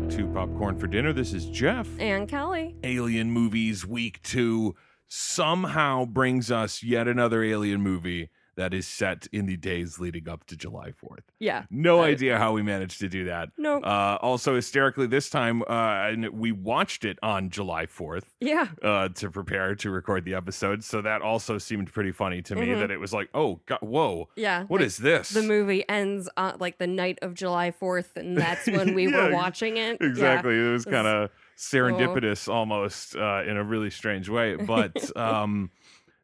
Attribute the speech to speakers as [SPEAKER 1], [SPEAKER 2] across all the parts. [SPEAKER 1] Popcorn for Dinner. This is Jeff.
[SPEAKER 2] And Kelly.
[SPEAKER 1] Alien Movies Week 2 somehow brings us yet another alien movie that is set in the days leading up to July 4th.
[SPEAKER 2] Yeah.
[SPEAKER 1] No
[SPEAKER 2] Right.
[SPEAKER 1] idea how we managed to do that.
[SPEAKER 2] No.
[SPEAKER 1] Uh, also, hysterically, this time, uh, and we watched it on July 4th
[SPEAKER 2] yeah.
[SPEAKER 1] uh, to prepare to record the episode. So that also seemed pretty funny to me
[SPEAKER 2] Mhm.
[SPEAKER 1] that it was like, oh, God, whoa,
[SPEAKER 2] Yeah.
[SPEAKER 1] what
[SPEAKER 2] like,
[SPEAKER 1] is this?
[SPEAKER 2] the movie ends on like the night of July 4th, and that's when we
[SPEAKER 1] Yeah,
[SPEAKER 2] were watching it. Yeah.
[SPEAKER 1] exactly it was
[SPEAKER 2] It's-
[SPEAKER 1] kind of serendipitous almost uh, in a really strange way but um,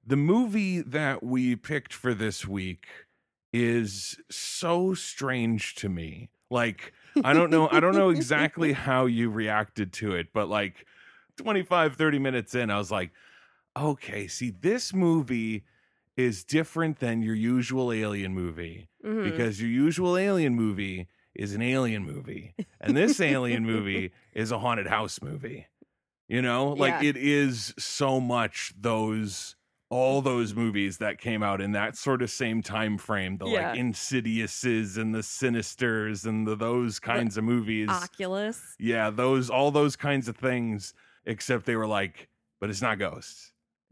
[SPEAKER 1] the movie that we picked for this week is so strange to me like i don't know i don't know exactly how you reacted to it but like 25 30 minutes in i was like okay see this movie is different than your usual alien movie
[SPEAKER 2] Mhm.
[SPEAKER 1] because your usual alien movie is an alien movie and this alien movie is a haunted house movie you know like
[SPEAKER 2] Yeah.
[SPEAKER 1] it is so much those all those movies that came out in that sort of same time frame the
[SPEAKER 2] Yeah.
[SPEAKER 1] like insidiouses and the sinisters and the those kinds of movies
[SPEAKER 2] Oculus.
[SPEAKER 1] yeah those all those kinds of things except they were like but it's not ghosts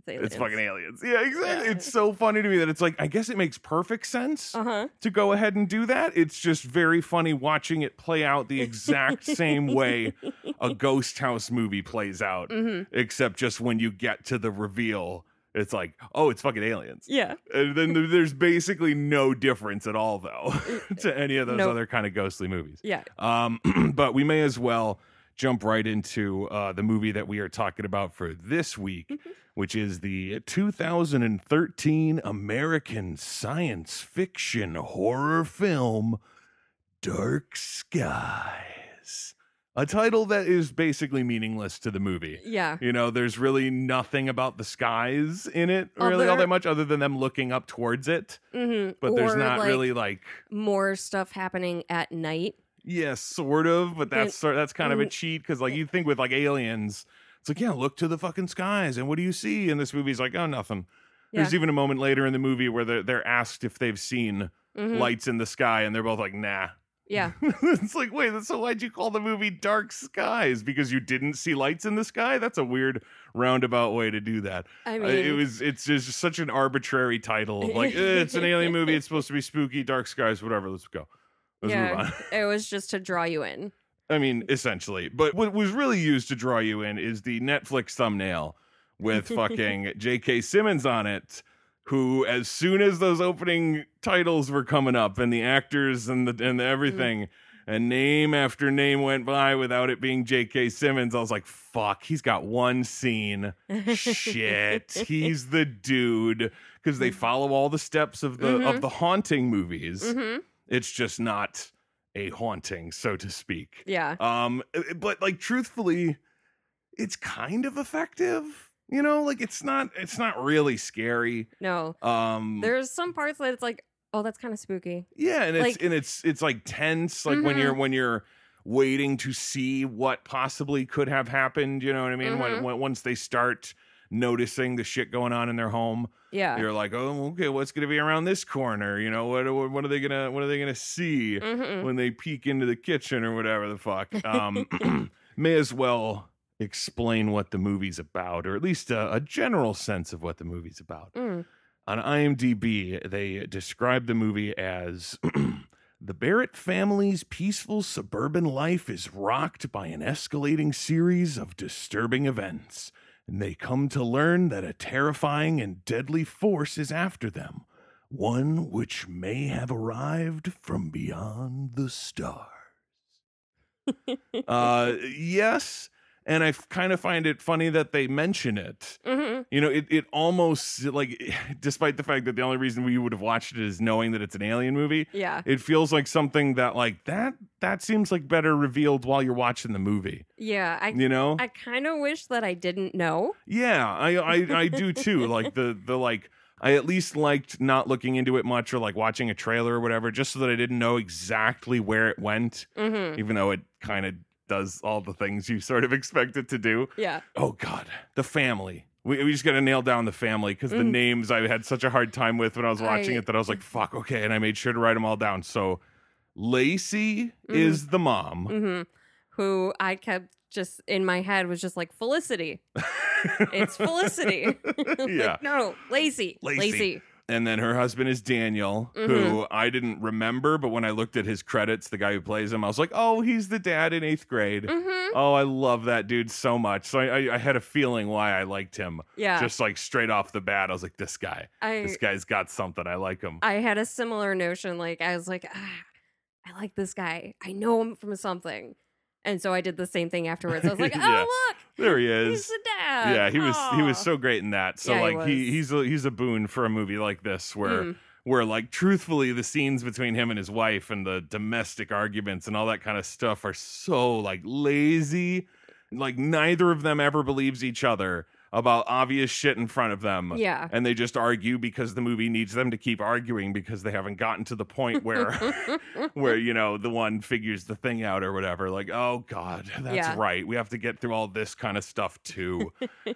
[SPEAKER 1] it's fucking aliens yeah exactly
[SPEAKER 2] Yeah.
[SPEAKER 1] it's so funny to me that it's like i guess it makes perfect sense
[SPEAKER 2] Uh huh.
[SPEAKER 1] to go ahead and do that. It's just very funny watching it play out the exact same way a ghost house movie plays out,
[SPEAKER 2] hmm
[SPEAKER 1] except just when you get to the reveal, it's like, oh, it's fucking aliens.
[SPEAKER 2] Yeah.
[SPEAKER 1] And then there- there's basically no difference at all, though, to any of those
[SPEAKER 2] Nope.
[SPEAKER 1] other kind of ghostly movies.
[SPEAKER 2] Yeah.
[SPEAKER 1] Um, but we may as well jump right into uh, the movie that we are talking about for this week, which is the 2013 American science fiction horror film, Dark Skies. A title that is basically meaningless to the movie.
[SPEAKER 2] Yeah.
[SPEAKER 1] You know, there's really nothing about the skies in it, really, all
[SPEAKER 2] Other-
[SPEAKER 1] that much, other than them looking up towards it.
[SPEAKER 2] hmm
[SPEAKER 1] But there's not really like
[SPEAKER 2] more stuff happening at night.
[SPEAKER 1] Yes, sort of, but that's
[SPEAKER 2] But-
[SPEAKER 1] sort that's kind of a
[SPEAKER 2] mm.
[SPEAKER 1] cheat because like you think with like aliens, it's like yeah, look to the fucking skies, and what do you see? And this movie's like oh nothing. There's even a moment later in the movie where they're they're asked if they've seen
[SPEAKER 2] Mhm.
[SPEAKER 1] lights in the sky, and they're both like nah.
[SPEAKER 2] Yeah.
[SPEAKER 1] it's like wait, so why'd you call the movie Dark Skies because you didn't see lights in the sky? That's a weird roundabout way to do that.
[SPEAKER 2] I
[SPEAKER 1] Uh,
[SPEAKER 2] mean,
[SPEAKER 1] it was it's just such an arbitrary title of like eh, it's an alien movie, it's supposed to be spooky, dark skies, whatever. Let's go. Let's move on.
[SPEAKER 2] yeah, it was just to draw you in.
[SPEAKER 1] I mean, essentially. But what was really used to draw you in is the Netflix thumbnail with fucking J.K. Simmons on it, who, as soon as those opening titles were coming up and the actors and the and the everything. And name after name went by without it being J.K. Simmons. I was like, fuck, he's got one scene. Shit. he's the dude. Because they follow all the steps of the of
[SPEAKER 2] Mhm.
[SPEAKER 1] the haunting movies.
[SPEAKER 2] hmm
[SPEAKER 1] It's just not a haunting, so to speak.
[SPEAKER 2] Yeah.
[SPEAKER 1] Um, but like truthfully, it's kind of effective. You know, like it's not it's not really scary.
[SPEAKER 2] No,
[SPEAKER 1] Um,
[SPEAKER 2] there's some parts that it's like, oh, that's kind of spooky.
[SPEAKER 1] yeah, and it's
[SPEAKER 2] like-
[SPEAKER 1] and it's it's like tense, like when
[SPEAKER 2] Mhm.
[SPEAKER 1] you're when you're waiting to see what possibly could have happened. You know what I mean? When,
[SPEAKER 2] Mhm.
[SPEAKER 1] when once they start noticing the shit going on in their home,
[SPEAKER 2] Yeah.
[SPEAKER 1] you're like, oh, okay, what's gonna be around this corner? You know, what what, what are they gonna what are they gonna see?
[SPEAKER 2] Mhm.
[SPEAKER 1] when they peek into the kitchen or whatever the fuck. Um, may as well explain what the movie's about, or at least a, a general sense of what the movie's about.
[SPEAKER 2] Mm.
[SPEAKER 1] On IMDb, they describe the movie as. The Barrett family's peaceful suburban life is rocked by an escalating series of disturbing events, and they come to learn that a terrifying and deadly force is after them, one which may have arrived from beyond the stars. uh, yes, and I kind of find it funny that they mention it.
[SPEAKER 2] Mhm.
[SPEAKER 1] You know, it, it almost like, despite the fact that the only reason we would have watched it is knowing that it's an alien movie,
[SPEAKER 2] Yeah.
[SPEAKER 1] it feels like something that like that that seems like better revealed while you're watching the movie
[SPEAKER 2] Yeah. I
[SPEAKER 1] you know
[SPEAKER 2] I kind of wish that I didn't know.
[SPEAKER 1] yeah I, I i do too like the the like i at least liked not looking into it much or like watching a trailer or whatever just so that i didn't know exactly where it went
[SPEAKER 2] hmm
[SPEAKER 1] even though it kind of does all the things you sort of expect it to do
[SPEAKER 2] Yeah.
[SPEAKER 1] oh god the family we, we just gotta nail down the family because the
[SPEAKER 2] Mm.
[SPEAKER 1] names i had such a hard time with when i was watching
[SPEAKER 2] I- Mm.
[SPEAKER 1] it that i was like fuck
[SPEAKER 2] Mm.
[SPEAKER 1] okay and i made sure to write them all down so lacey is the mom
[SPEAKER 2] hmm who I kept just in my head was just like Felicity. Mm. It's Felicity. Like,
[SPEAKER 1] Yeah.
[SPEAKER 2] no, Lacey.
[SPEAKER 1] Lacey.
[SPEAKER 2] Lacey.
[SPEAKER 1] And then her husband is Daniel,
[SPEAKER 2] Mm-hmm.
[SPEAKER 1] who I didn't remember, but when I looked at his credits, the guy who plays him, I was like, oh, he's the dad in eighth grade.
[SPEAKER 2] Mm-hmm.
[SPEAKER 1] Oh, I love that dude so much. So I, I, I had a feeling why I liked him.
[SPEAKER 2] Yeah.
[SPEAKER 1] Just like straight off the bat, I was like, this guy,
[SPEAKER 2] I
[SPEAKER 1] this guy's got something. I like him.
[SPEAKER 2] I had a similar notion. Like I was like, ah, I like this guy. I know him from something. And so I did the same thing afterwards. I was like,
[SPEAKER 1] Yeah.
[SPEAKER 2] oh
[SPEAKER 1] there he
[SPEAKER 2] look,
[SPEAKER 1] is.
[SPEAKER 2] he's the dad.
[SPEAKER 1] yeah, he was he was
[SPEAKER 2] Uh, Aw.
[SPEAKER 1] so great in that. So
[SPEAKER 2] Yeah, he
[SPEAKER 1] like he,
[SPEAKER 2] was.
[SPEAKER 1] he's a, he's a boon for a movie like this where
[SPEAKER 2] Mm.
[SPEAKER 1] where like truthfully the scenes between him and his wife and the domestic arguments and all that kind of stuff are so like lazy. Like neither of them ever believes each other about obvious shit in front of them.
[SPEAKER 2] yeah.
[SPEAKER 1] and they just argue because the movie needs them to keep arguing because they haven't gotten to the point where where you know the one figures the thing out or whatever like oh god that's
[SPEAKER 2] Yeah.
[SPEAKER 1] right we have to get through all this kind of stuff too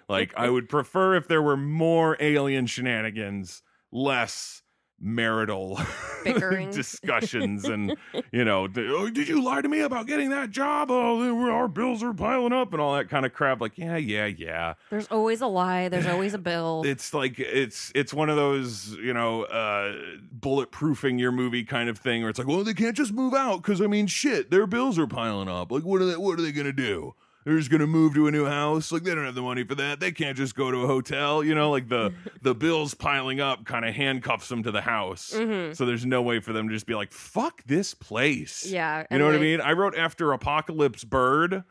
[SPEAKER 1] like i would prefer if there were more alien shenanigans less marital
[SPEAKER 2] Bickering.
[SPEAKER 1] discussions and you know d- oh, did you lie to me about getting that job oh our bills are piling up and all that kind of crap like yeah yeah yeah
[SPEAKER 2] There's always a lie. There's always a bill.
[SPEAKER 1] it's like it's it's one of those you know uh bulletproofing your movie kind of thing where it's like well they can't just move out because i mean shit their bills are piling up like what are they what are they gonna do they're just gonna move to a new house like they don't have the money for that they can't just go to a hotel you know like the the bills piling up kind of handcuffs them to the house
[SPEAKER 2] Mhm.
[SPEAKER 1] so there's no way for them to just be like fuck this place
[SPEAKER 2] Yeah.
[SPEAKER 1] you
[SPEAKER 2] and,
[SPEAKER 1] know what I
[SPEAKER 2] like,
[SPEAKER 1] mean? I wrote after Apocalypse Bird.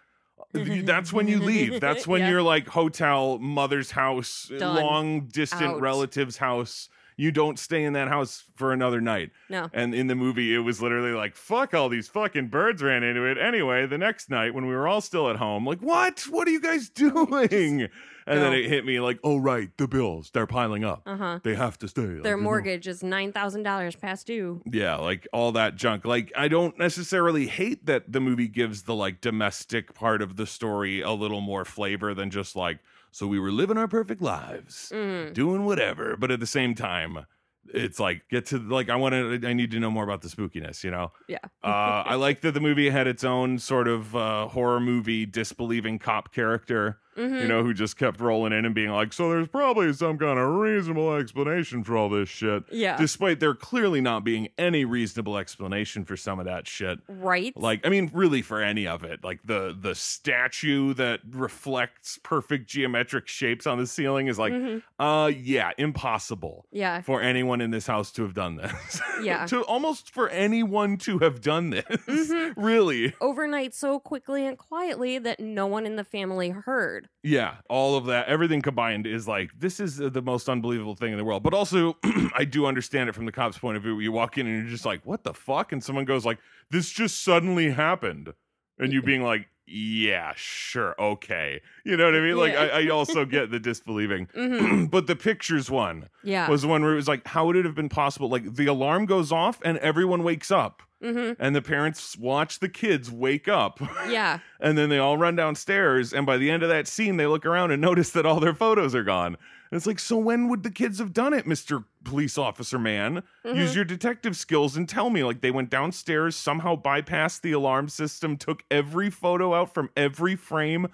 [SPEAKER 1] That's when you leave. That's when
[SPEAKER 2] Yeah.
[SPEAKER 1] you're like hotel, mother's house,
[SPEAKER 2] Done.
[SPEAKER 1] long distant
[SPEAKER 2] Out.
[SPEAKER 1] relative's house. You don't stay in that house for another night.
[SPEAKER 2] No.
[SPEAKER 1] And in the movie, it was literally like, fuck, all these fucking birds ran into it. Anyway, the next night when we were all still at home, like, what? What are you guys doing? and then
[SPEAKER 2] No.
[SPEAKER 1] it hit me like, oh, right, the bills, they're piling up.
[SPEAKER 2] Uh huh.
[SPEAKER 1] They have to stay. Like,
[SPEAKER 2] Their
[SPEAKER 1] there's no-
[SPEAKER 2] mortgage is nine thousand dollars past due.
[SPEAKER 1] yeah, like all that junk. Like I don't necessarily hate that the movie gives the like domestic part of the story a little more flavor than just like so we were living our perfect lives,
[SPEAKER 2] Mm.
[SPEAKER 1] doing whatever, but at the same time it's like get to like I want to I need to know more about the spookiness, you know.
[SPEAKER 2] Yeah.
[SPEAKER 1] Uh I like that the movie had its own sort of uh horror movie disbelieving cop character
[SPEAKER 2] Mhm.
[SPEAKER 1] you know, who just kept rolling in and being like, so there's probably some kind of reasonable explanation for all this shit.
[SPEAKER 2] Yeah.
[SPEAKER 1] Despite there clearly not being any reasonable explanation for some of that shit.
[SPEAKER 2] right.
[SPEAKER 1] Like, I mean, really for any of it. Like the the statue that reflects perfect geometric shapes on the ceiling is like,
[SPEAKER 2] Mhm.
[SPEAKER 1] uh yeah, impossible
[SPEAKER 2] Yeah.
[SPEAKER 1] for anyone in this house to have done this.
[SPEAKER 2] Yeah.
[SPEAKER 1] to almost for anyone to have done this.
[SPEAKER 2] Mhm.
[SPEAKER 1] Really.
[SPEAKER 2] Overnight so quickly and quietly that no one in the family heard.
[SPEAKER 1] Yeah, all of that, everything combined is like this is the most unbelievable thing in the world. But also, I do understand it from the cop's point of view. You walk in and you're just like, "What the fuck?" And someone goes like, "This just suddenly happened," and you being like, "Yeah, sure, okay," you know what I mean? Like,
[SPEAKER 2] Yeah.
[SPEAKER 1] I, I also get the disbelieving,
[SPEAKER 2] hmm
[SPEAKER 1] but the pictures one
[SPEAKER 2] Yeah.
[SPEAKER 1] was the one where it was like, "How would it have been possible?" Like the alarm goes off and everyone wakes up,
[SPEAKER 2] hmm
[SPEAKER 1] and the parents watch the kids wake up.
[SPEAKER 2] Yeah.
[SPEAKER 1] And then they all run downstairs. And by the end of that scene, they look around and notice that all their photos are gone. And it's like, so when would the kids have done it, Mr. Police Officer Man?
[SPEAKER 2] Mm-hmm.
[SPEAKER 1] Use your detective skills and tell me. Like, they went downstairs, somehow bypassed the alarm system, took every photo out from every frame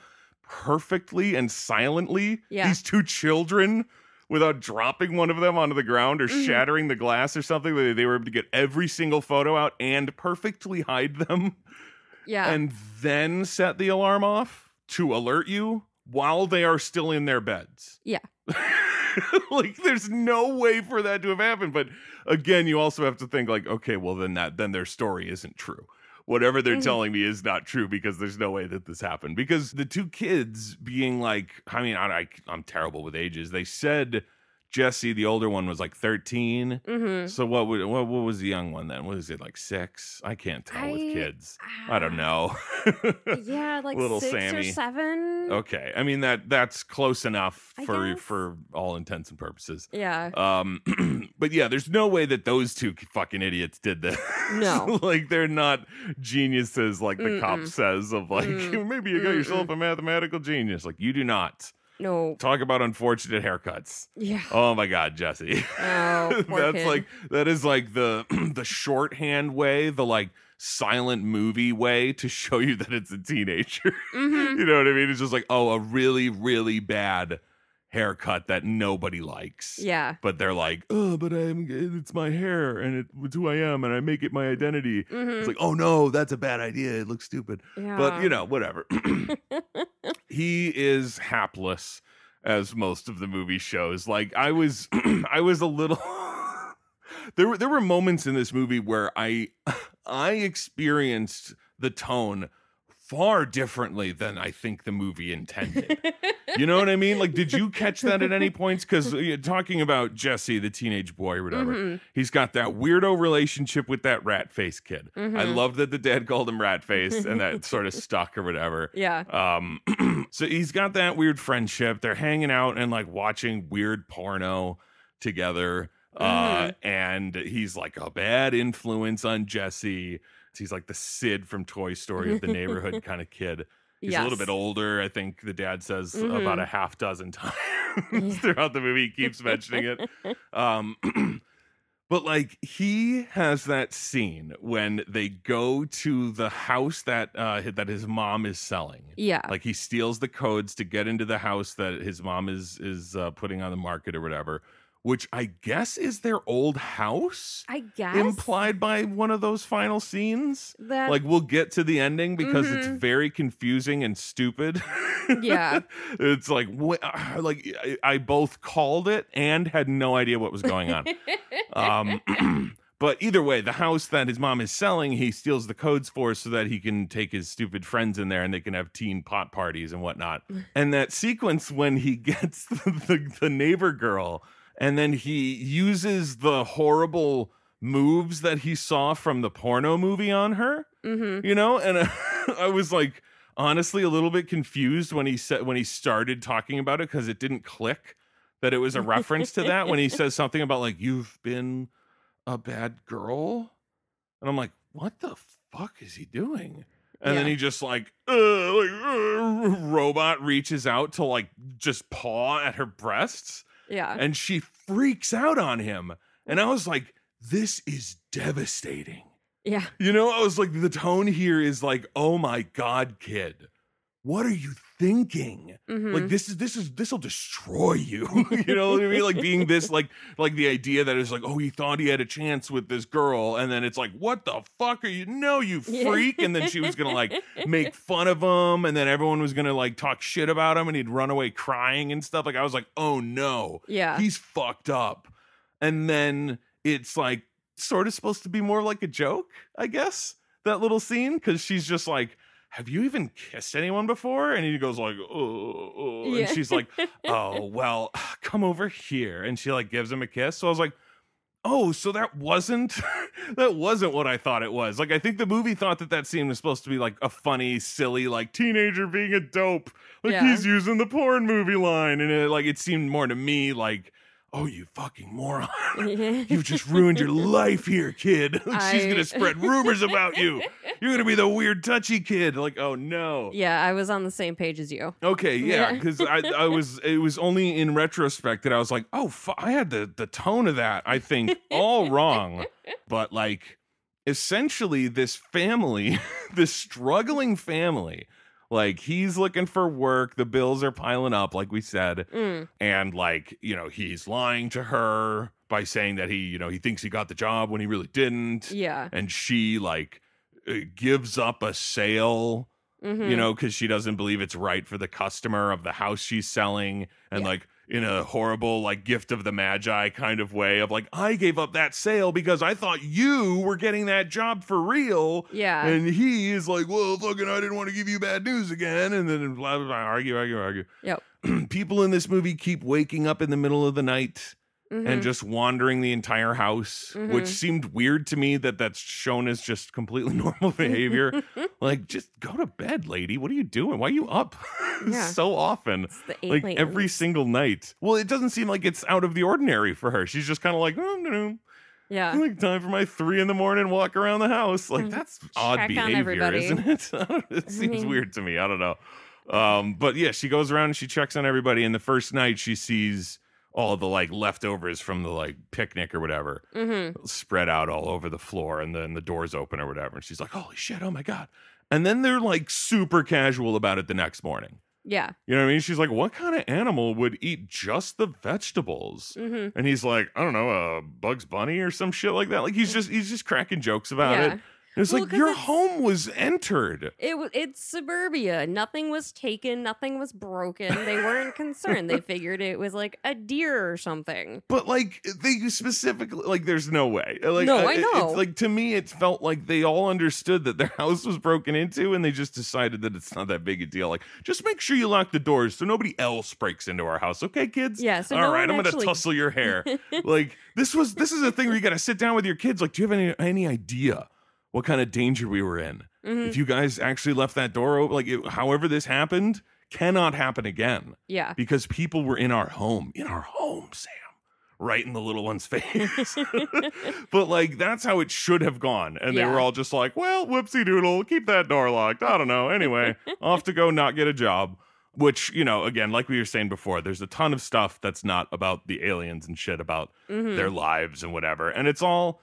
[SPEAKER 1] perfectly and silently.
[SPEAKER 2] Yeah.
[SPEAKER 1] These two children. Without dropping one of them onto the ground or
[SPEAKER 2] Mhm.
[SPEAKER 1] shattering the glass or something, they, they were able to get every single photo out and perfectly hide them
[SPEAKER 2] Yeah.
[SPEAKER 1] and then set the alarm off to alert you while they are still in their beds.
[SPEAKER 2] Yeah.
[SPEAKER 1] like there's no way for that to have happened, but again, you also have to think like okay, well then that then their story isn't true. Whatever they're
[SPEAKER 2] Mhm.
[SPEAKER 1] telling me is not true because there's no way that this happened. Because the two kids being like, I mean, I, I, I'm terrible with ages. They said Jesse, the older one, was like 13.
[SPEAKER 2] hmm
[SPEAKER 1] So what would what, what was the young one then? What is it like six? I can't tell with
[SPEAKER 2] I-
[SPEAKER 1] kids. I don't
[SPEAKER 2] Ah.
[SPEAKER 1] know.
[SPEAKER 2] Yeah, like
[SPEAKER 1] Little
[SPEAKER 2] six or
[SPEAKER 1] Sammy. Oh.
[SPEAKER 2] seven.
[SPEAKER 1] okay. I mean that that's close enough
[SPEAKER 2] I
[SPEAKER 1] for
[SPEAKER 2] guess.
[SPEAKER 1] for all intents and purposes.
[SPEAKER 2] Yeah.
[SPEAKER 1] Um but yeah, there's no way that those two fucking idiots did this.
[SPEAKER 2] No.
[SPEAKER 1] like they're not geniuses like the cop
[SPEAKER 2] Mm-mm.
[SPEAKER 1] says of like
[SPEAKER 2] Mm.
[SPEAKER 1] maybe you got yourself a mathematical genius. Like you do not.
[SPEAKER 2] No.
[SPEAKER 1] Talk about unfortunate haircuts.
[SPEAKER 2] Yeah.
[SPEAKER 1] Oh my god, Jesse.
[SPEAKER 2] No. poor
[SPEAKER 1] that's
[SPEAKER 2] kid.
[SPEAKER 1] like that is like the the shorthand way the like silent movie way to show you that it's a teenager.
[SPEAKER 2] Mhm.
[SPEAKER 1] you know what I mean? It's just like, oh, a really, really bad haircut that nobody likes.
[SPEAKER 2] Yeah.
[SPEAKER 1] But they're like, oh, but I'm, it's my hair and it, it's who I am and I make it my identity.
[SPEAKER 2] Mhm.
[SPEAKER 1] It's like, oh no, that's a bad idea. It looks stupid. But,
[SPEAKER 2] Yeah.
[SPEAKER 1] you know, whatever. he is hapless as most of the movie shows. Like I was I was a little There were there were moments in this movie where I I experienced the tone far differently than I think the movie intended. You know what I mean? Like did you catch that at any points cuz talking about Jesse the teenage boy or whatever.
[SPEAKER 2] Mhm.
[SPEAKER 1] He's got that weirdo relationship with that rat face kid. I
[SPEAKER 2] Mhm.
[SPEAKER 1] love that the dad called him rat face and that sort of stuck or whatever.
[SPEAKER 2] Yeah.
[SPEAKER 1] Um, so he's got that weird friendship. They're hanging out and like watching weird porno together. Uh,
[SPEAKER 2] Mhm.
[SPEAKER 1] and he's like a bad influence on Jesse. He's like the Sid from Toy Story of the neighborhood kind of kid. He's a little
[SPEAKER 2] Yes.
[SPEAKER 1] bit older. I think the dad says
[SPEAKER 2] Mhm.
[SPEAKER 1] about a half dozen times
[SPEAKER 2] Yeah.
[SPEAKER 1] throughout the movie. He keeps mentioning it. Um, but like he has that scene when they go to the house that uh, that his mom is selling.
[SPEAKER 2] Yeah.
[SPEAKER 1] Like he steals the codes to get into the house that his mom is is uh, putting on the market or whatever, which I guess is their old house.
[SPEAKER 2] I guess.
[SPEAKER 1] Implied by one of those final scenes.
[SPEAKER 2] that
[SPEAKER 1] Like we'll get to the ending because it's
[SPEAKER 2] Mhm.
[SPEAKER 1] very confusing and stupid.
[SPEAKER 2] Yeah.
[SPEAKER 1] it's like wh- ah, like I, I both called it and had no idea what was going on. um, but either way, the house that his mom is selling, he steals the codes for so that he can take his stupid friends in there and they can have teen pot parties and whatnot. And that sequence when he gets the, the, the neighbor girl and then he uses the horrible moves that he saw from the porno movie on her
[SPEAKER 2] Mhm.
[SPEAKER 1] you know and uh, i was like honestly a little bit confused when he said when he started talking about it because it didn't click that it was a reference to that when he says something about like you've been a bad girl and i'm like what the fuck is he doing and then
[SPEAKER 2] Yeah.
[SPEAKER 1] he just like, uh, like uh, robot reaches out to like just paw at her breasts
[SPEAKER 2] Yeah.
[SPEAKER 1] and she freaks out on him and i was like this is devastating
[SPEAKER 2] Yeah.
[SPEAKER 1] you know, I was like, the tone here is like, oh my god, kid, what are you thinking?
[SPEAKER 2] Mhm.
[SPEAKER 1] Like this is this is this'll destroy you. you know what I mean? Like being this like like the idea that it's like, oh, he thought he had a chance with this girl, and then it's like, what the fuck are you? No, you
[SPEAKER 2] Yeah.
[SPEAKER 1] freak. And then she was gonna like make fun of him, and then everyone was gonna like talk shit about him, and he'd run away crying and stuff. Like I was like, oh no
[SPEAKER 2] Yeah.
[SPEAKER 1] he's fucked up. And then it's like sort of supposed to be more like a joke, I guess, that little scene, because she's just like, have you even kissed anyone before? And he goes like, oh, oh,"
[SPEAKER 2] Yeah.
[SPEAKER 1] and she's like, oh, well, come over here. And she like gives him a kiss. So I was like, oh, so that wasn't, that wasn't what I thought it was. Like, I think the movie thought that that scene was supposed to be like a funny, silly, like teenager being a dope. Like
[SPEAKER 2] Yeah.
[SPEAKER 1] he's using the porn movie line. And it, like, it seemed more to me like, oh, you fucking moron. You've just ruined your life here, kid. Like, She's
[SPEAKER 2] I-
[SPEAKER 1] gonna spread rumors about you. You're gonna be the weird touchy kid. Like, oh no.
[SPEAKER 2] Yeah, I was on the same page as you.
[SPEAKER 1] Okay, yeah,
[SPEAKER 2] Yeah.
[SPEAKER 1] because I, I was it was only in retrospect that I was like, oh, fu- I had the the tone of that I think all wrong, but like essentially this family, this struggling family, like he's looking for work, the bills are piling up, like we said,
[SPEAKER 2] Mm.
[SPEAKER 1] and like you know he's lying to her by saying that he you know he thinks he got the job when he really didn't,
[SPEAKER 2] Yeah.
[SPEAKER 1] and she like uh, gives up a sale
[SPEAKER 2] Mhm.
[SPEAKER 1] you know, because she doesn't believe it's right for the customer of the house she's selling. And
[SPEAKER 2] Yeah.
[SPEAKER 1] like in a horrible, like gift of the magi kind of way of like, I gave up that sale because I thought you were getting that job for real.
[SPEAKER 2] Yeah.
[SPEAKER 1] And he is like, well, fucking, I didn't want to give you bad news again. And then blah, blah, blah, argue, argue, argue.
[SPEAKER 2] Yep.
[SPEAKER 1] People in this movie keep waking up in the middle of the night and
[SPEAKER 2] Mhm.
[SPEAKER 1] just wandering the entire house, which
[SPEAKER 2] Mhm.
[SPEAKER 1] seemed weird to me that that's shown as just completely normal behavior. like, just go to bed, lady. What are you doing? Why are you up
[SPEAKER 2] Yeah.
[SPEAKER 1] so often?
[SPEAKER 2] It's the eight
[SPEAKER 1] Like
[SPEAKER 2] lane.
[SPEAKER 1] every single night. Well, it doesn't seem like it's out of the ordinary for her. She's just kind of like, "Oh, no, no,
[SPEAKER 2] yeah.
[SPEAKER 1] like time for my three in the morning walk around the house. Like
[SPEAKER 2] Mm.
[SPEAKER 1] that's odd
[SPEAKER 2] Check on
[SPEAKER 1] behavior,
[SPEAKER 2] everybody.
[SPEAKER 1] isn't it? I don't- it seems
[SPEAKER 2] mean-
[SPEAKER 1] weird to me. I don't know. Um, but yeah, she goes around and she checks on everybody. And the first night she sees all the like leftovers from the like picnic or whatever
[SPEAKER 2] Mm-hmm.
[SPEAKER 1] spread out all over the floor and then the doors open or whatever and she's like holy shit oh my god and then they're like super casual about it the next morning
[SPEAKER 2] Yeah.
[SPEAKER 1] you know what i mean she's like what kind of animal would eat just the vegetables
[SPEAKER 2] Mm-hmm.
[SPEAKER 1] and he's like i don't know uh, bugs bunny or some shit like that like he's just he's just cracking jokes about it
[SPEAKER 2] yeah.
[SPEAKER 1] and it's
[SPEAKER 2] Well,
[SPEAKER 1] like
[SPEAKER 2] 'cause
[SPEAKER 1] your
[SPEAKER 2] it's-
[SPEAKER 1] home was entered
[SPEAKER 2] It was it's suburbia. Nothing was taken. Nothing was broken. They weren't concerned. They figured it was like a deer or something.
[SPEAKER 1] but like they specifically like there's no way like uh,
[SPEAKER 2] No, I
[SPEAKER 1] it- it's
[SPEAKER 2] know.
[SPEAKER 1] like to me it felt like they all understood that their house was broken into and they just decided that it's not that big a deal like just make sure you lock the doors so nobody else breaks into our house okay kids
[SPEAKER 2] Yeah. So
[SPEAKER 1] All
[SPEAKER 2] no
[SPEAKER 1] right,
[SPEAKER 2] one
[SPEAKER 1] i'm
[SPEAKER 2] actually-
[SPEAKER 1] gonna tussle your hair like this was this is a thing where you gotta sit down with your kids like do you have any any idea what kind of danger we were in
[SPEAKER 2] Mhm.
[SPEAKER 1] if you guys actually left that door open like it, however this happened cannot happen again
[SPEAKER 2] Yeah.
[SPEAKER 1] because people were in our home, in our home, Sam, right in the little one's face. but like that's how it should have gone, and they
[SPEAKER 2] Yeah.
[SPEAKER 1] were all just like, "Well, whoopsie doodle, keep that door locked." I don't know. Anyway, off to go not get a job. Which you know, again, like we were saying before, there's a ton of stuff that's not about the aliens and shit about
[SPEAKER 2] Mhm.
[SPEAKER 1] their lives and whatever. And it's all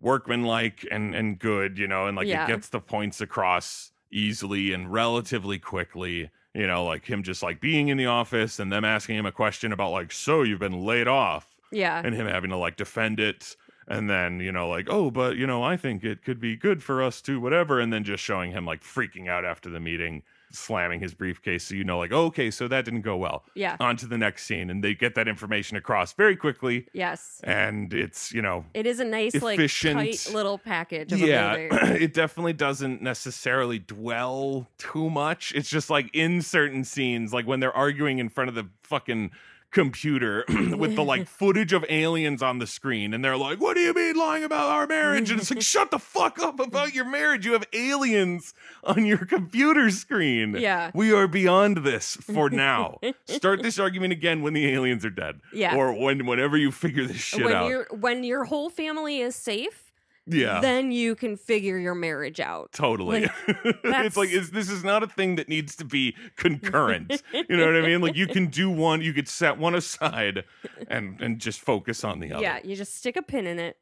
[SPEAKER 1] workmanlike and and good, you know, and like
[SPEAKER 2] Yeah.
[SPEAKER 1] it gets the points across easily and relatively quickly. You know, like him just like being in the office and them asking him a question about like, so you've been laid off,
[SPEAKER 2] Yeah.
[SPEAKER 1] and him having to like defend it. And then, you know, like, oh, but, you know, I think it could be good for us to whatever. And then just showing him like freaking out after the meeting, slamming his briefcase. So, you know, like, oh, okay, so that didn't go well.
[SPEAKER 2] Yeah.
[SPEAKER 1] On to the next scene. And they get that information across very quickly
[SPEAKER 2] Yes.
[SPEAKER 1] and it's you know
[SPEAKER 2] It is a nice, like
[SPEAKER 1] Efficient.
[SPEAKER 2] tight little package. Of
[SPEAKER 1] yeah
[SPEAKER 2] A building.
[SPEAKER 1] it definitely doesn't necessarily dwell too much it's just like in certain scenes like when they're arguing in front of the fucking computer with the like footage of aliens on the screen and they're like what do you mean lying about our marriage and it's like shut the fuck up about your marriage you have aliens on your computer screen
[SPEAKER 2] Yeah.
[SPEAKER 1] we are beyond this for now start this argument again when the aliens are dead
[SPEAKER 2] Yeah.
[SPEAKER 1] or when whenever you figure this shit
[SPEAKER 2] when
[SPEAKER 1] out
[SPEAKER 2] your when your whole family is safe,
[SPEAKER 1] yeah
[SPEAKER 2] then you can figure your marriage out.
[SPEAKER 1] Totally.
[SPEAKER 2] Like,
[SPEAKER 1] it's
[SPEAKER 2] that's-
[SPEAKER 1] like it's, this is not a thing that needs to be concurrent. you know what I mean? Like you can do one, you could set one aside and and just focus on the other.
[SPEAKER 2] Yeah, you just stick a pin in it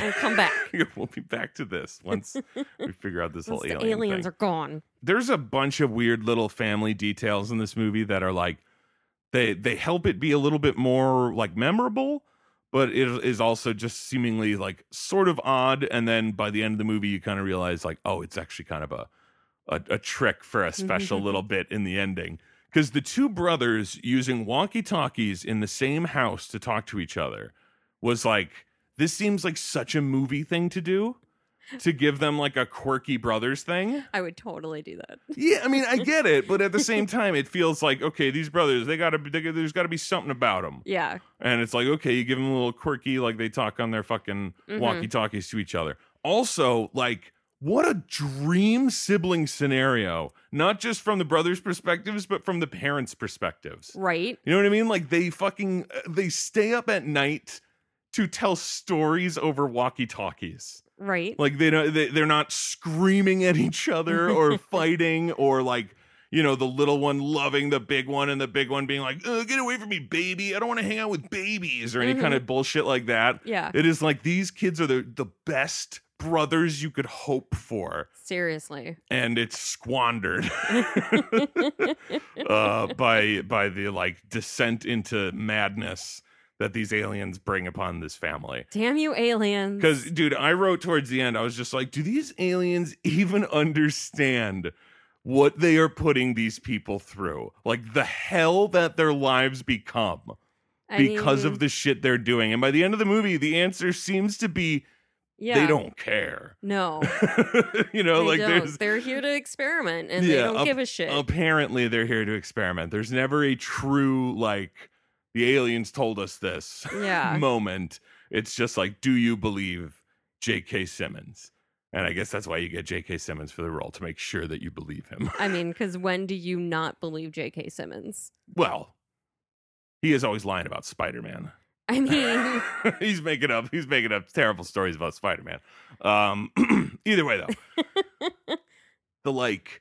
[SPEAKER 2] and come back.
[SPEAKER 1] we'll be back to this once we figure out this
[SPEAKER 2] Once
[SPEAKER 1] whole
[SPEAKER 2] the
[SPEAKER 1] alien
[SPEAKER 2] aliens
[SPEAKER 1] thing.
[SPEAKER 2] are gone.
[SPEAKER 1] There's a bunch of weird little family details in this movie that are like they they help it be a little bit more like memorable. But it is also just seemingly like sort of odd, and then by the end of the movie, you kind of realize like, oh, it's actually kind of a a, a trick for a special little bit in the ending because the two brothers using walkie talkies in the same house to talk to each other was like this seems like such a movie thing to do to give them like a quirky brothers thing
[SPEAKER 2] I would totally do that.
[SPEAKER 1] yeah i mean i get it but at the same time it feels like okay these brothers they gotta be they, there's gotta be something about them
[SPEAKER 2] Yeah.
[SPEAKER 1] and it's like, okay, you give them a little quirky, like they talk on their fucking
[SPEAKER 2] Mhm.
[SPEAKER 1] walkie talkies to each other. Also, like, what a dream sibling scenario, not just from the brothers' perspectives, but from the parents' perspectives.
[SPEAKER 2] Right?
[SPEAKER 1] You know what I mean? Like, they fucking, uh, they stay up at night to tell stories over walkie talkies.
[SPEAKER 2] Right.
[SPEAKER 1] Like, they don't, they, they're not screaming at each other or fighting or like, you know, the little one loving the big one and the big one being like, "Ugh, get away from me, baby. I don't want to hang out with babies or any kind of bullshit like that.
[SPEAKER 2] yeah.
[SPEAKER 1] It is like these kids are the, the best brothers you could hope for,
[SPEAKER 2] Seriously.
[SPEAKER 1] and it's squandered uh, by by the like descent into madness that these aliens bring upon this family.
[SPEAKER 2] Damn you aliens.
[SPEAKER 1] Because, dude, I wrote towards the end, I was just like, do these aliens even understand what they are putting these people through? Like the hell that their lives become
[SPEAKER 2] I
[SPEAKER 1] because
[SPEAKER 2] mean,
[SPEAKER 1] of the shit they're doing. And by the end of the movie, the answer seems to be
[SPEAKER 2] yeah.
[SPEAKER 1] they don't care.
[SPEAKER 2] No.
[SPEAKER 1] you know,
[SPEAKER 2] they
[SPEAKER 1] like
[SPEAKER 2] don't.
[SPEAKER 1] there's.
[SPEAKER 2] They're here to experiment and
[SPEAKER 1] Yeah,
[SPEAKER 2] they don't
[SPEAKER 1] up-
[SPEAKER 2] give a shit.
[SPEAKER 1] Apparently, they're here to experiment. There's never a true, like, the aliens told us this
[SPEAKER 2] Yeah.
[SPEAKER 1] moment. It's just like, do you believe J.K. Simmons? And I guess that's why you get J.K. Simmons for the role to make sure that you believe him.
[SPEAKER 2] I mean, because when do you not believe J.K. Simmons?
[SPEAKER 1] Well, he is always lying about Spider Man.
[SPEAKER 2] I mean,
[SPEAKER 1] he's making up. He's making up terrible stories about Spider Man. Um, either way, though, the like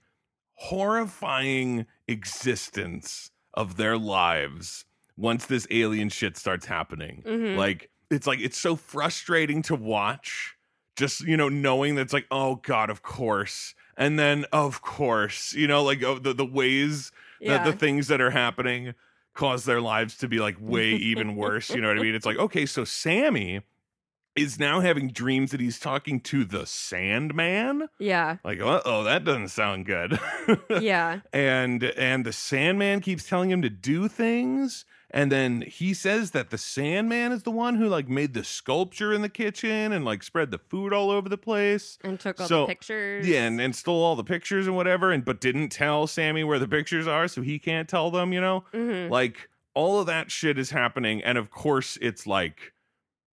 [SPEAKER 1] horrifying existence of their lives once this alien shit starts happening.
[SPEAKER 2] Mhm.
[SPEAKER 1] Like it's like it's so frustrating to watch. Just you know, knowing that's like, oh god, of course, and then of course, you know, like oh, the the ways
[SPEAKER 2] yeah.
[SPEAKER 1] that the things that are happening cause their lives to be like way even worse. You know what I mean? It's like okay, so Sammy is now having dreams that he's talking to the Sandman.
[SPEAKER 2] yeah.
[SPEAKER 1] Like, uh oh, that doesn't sound good.
[SPEAKER 2] Yeah.
[SPEAKER 1] and and the sandman keeps telling him to do things and then he says that the sandman is the one who like made the sculpture in the kitchen and like spread the food all over the place
[SPEAKER 2] And took all
[SPEAKER 1] So,
[SPEAKER 2] the pictures.
[SPEAKER 1] yeah and, and stole all the pictures and whatever and but didn't tell sammy where the pictures are so he can't tell them you know
[SPEAKER 2] Mhm.
[SPEAKER 1] like all of that shit is happening and of course it's like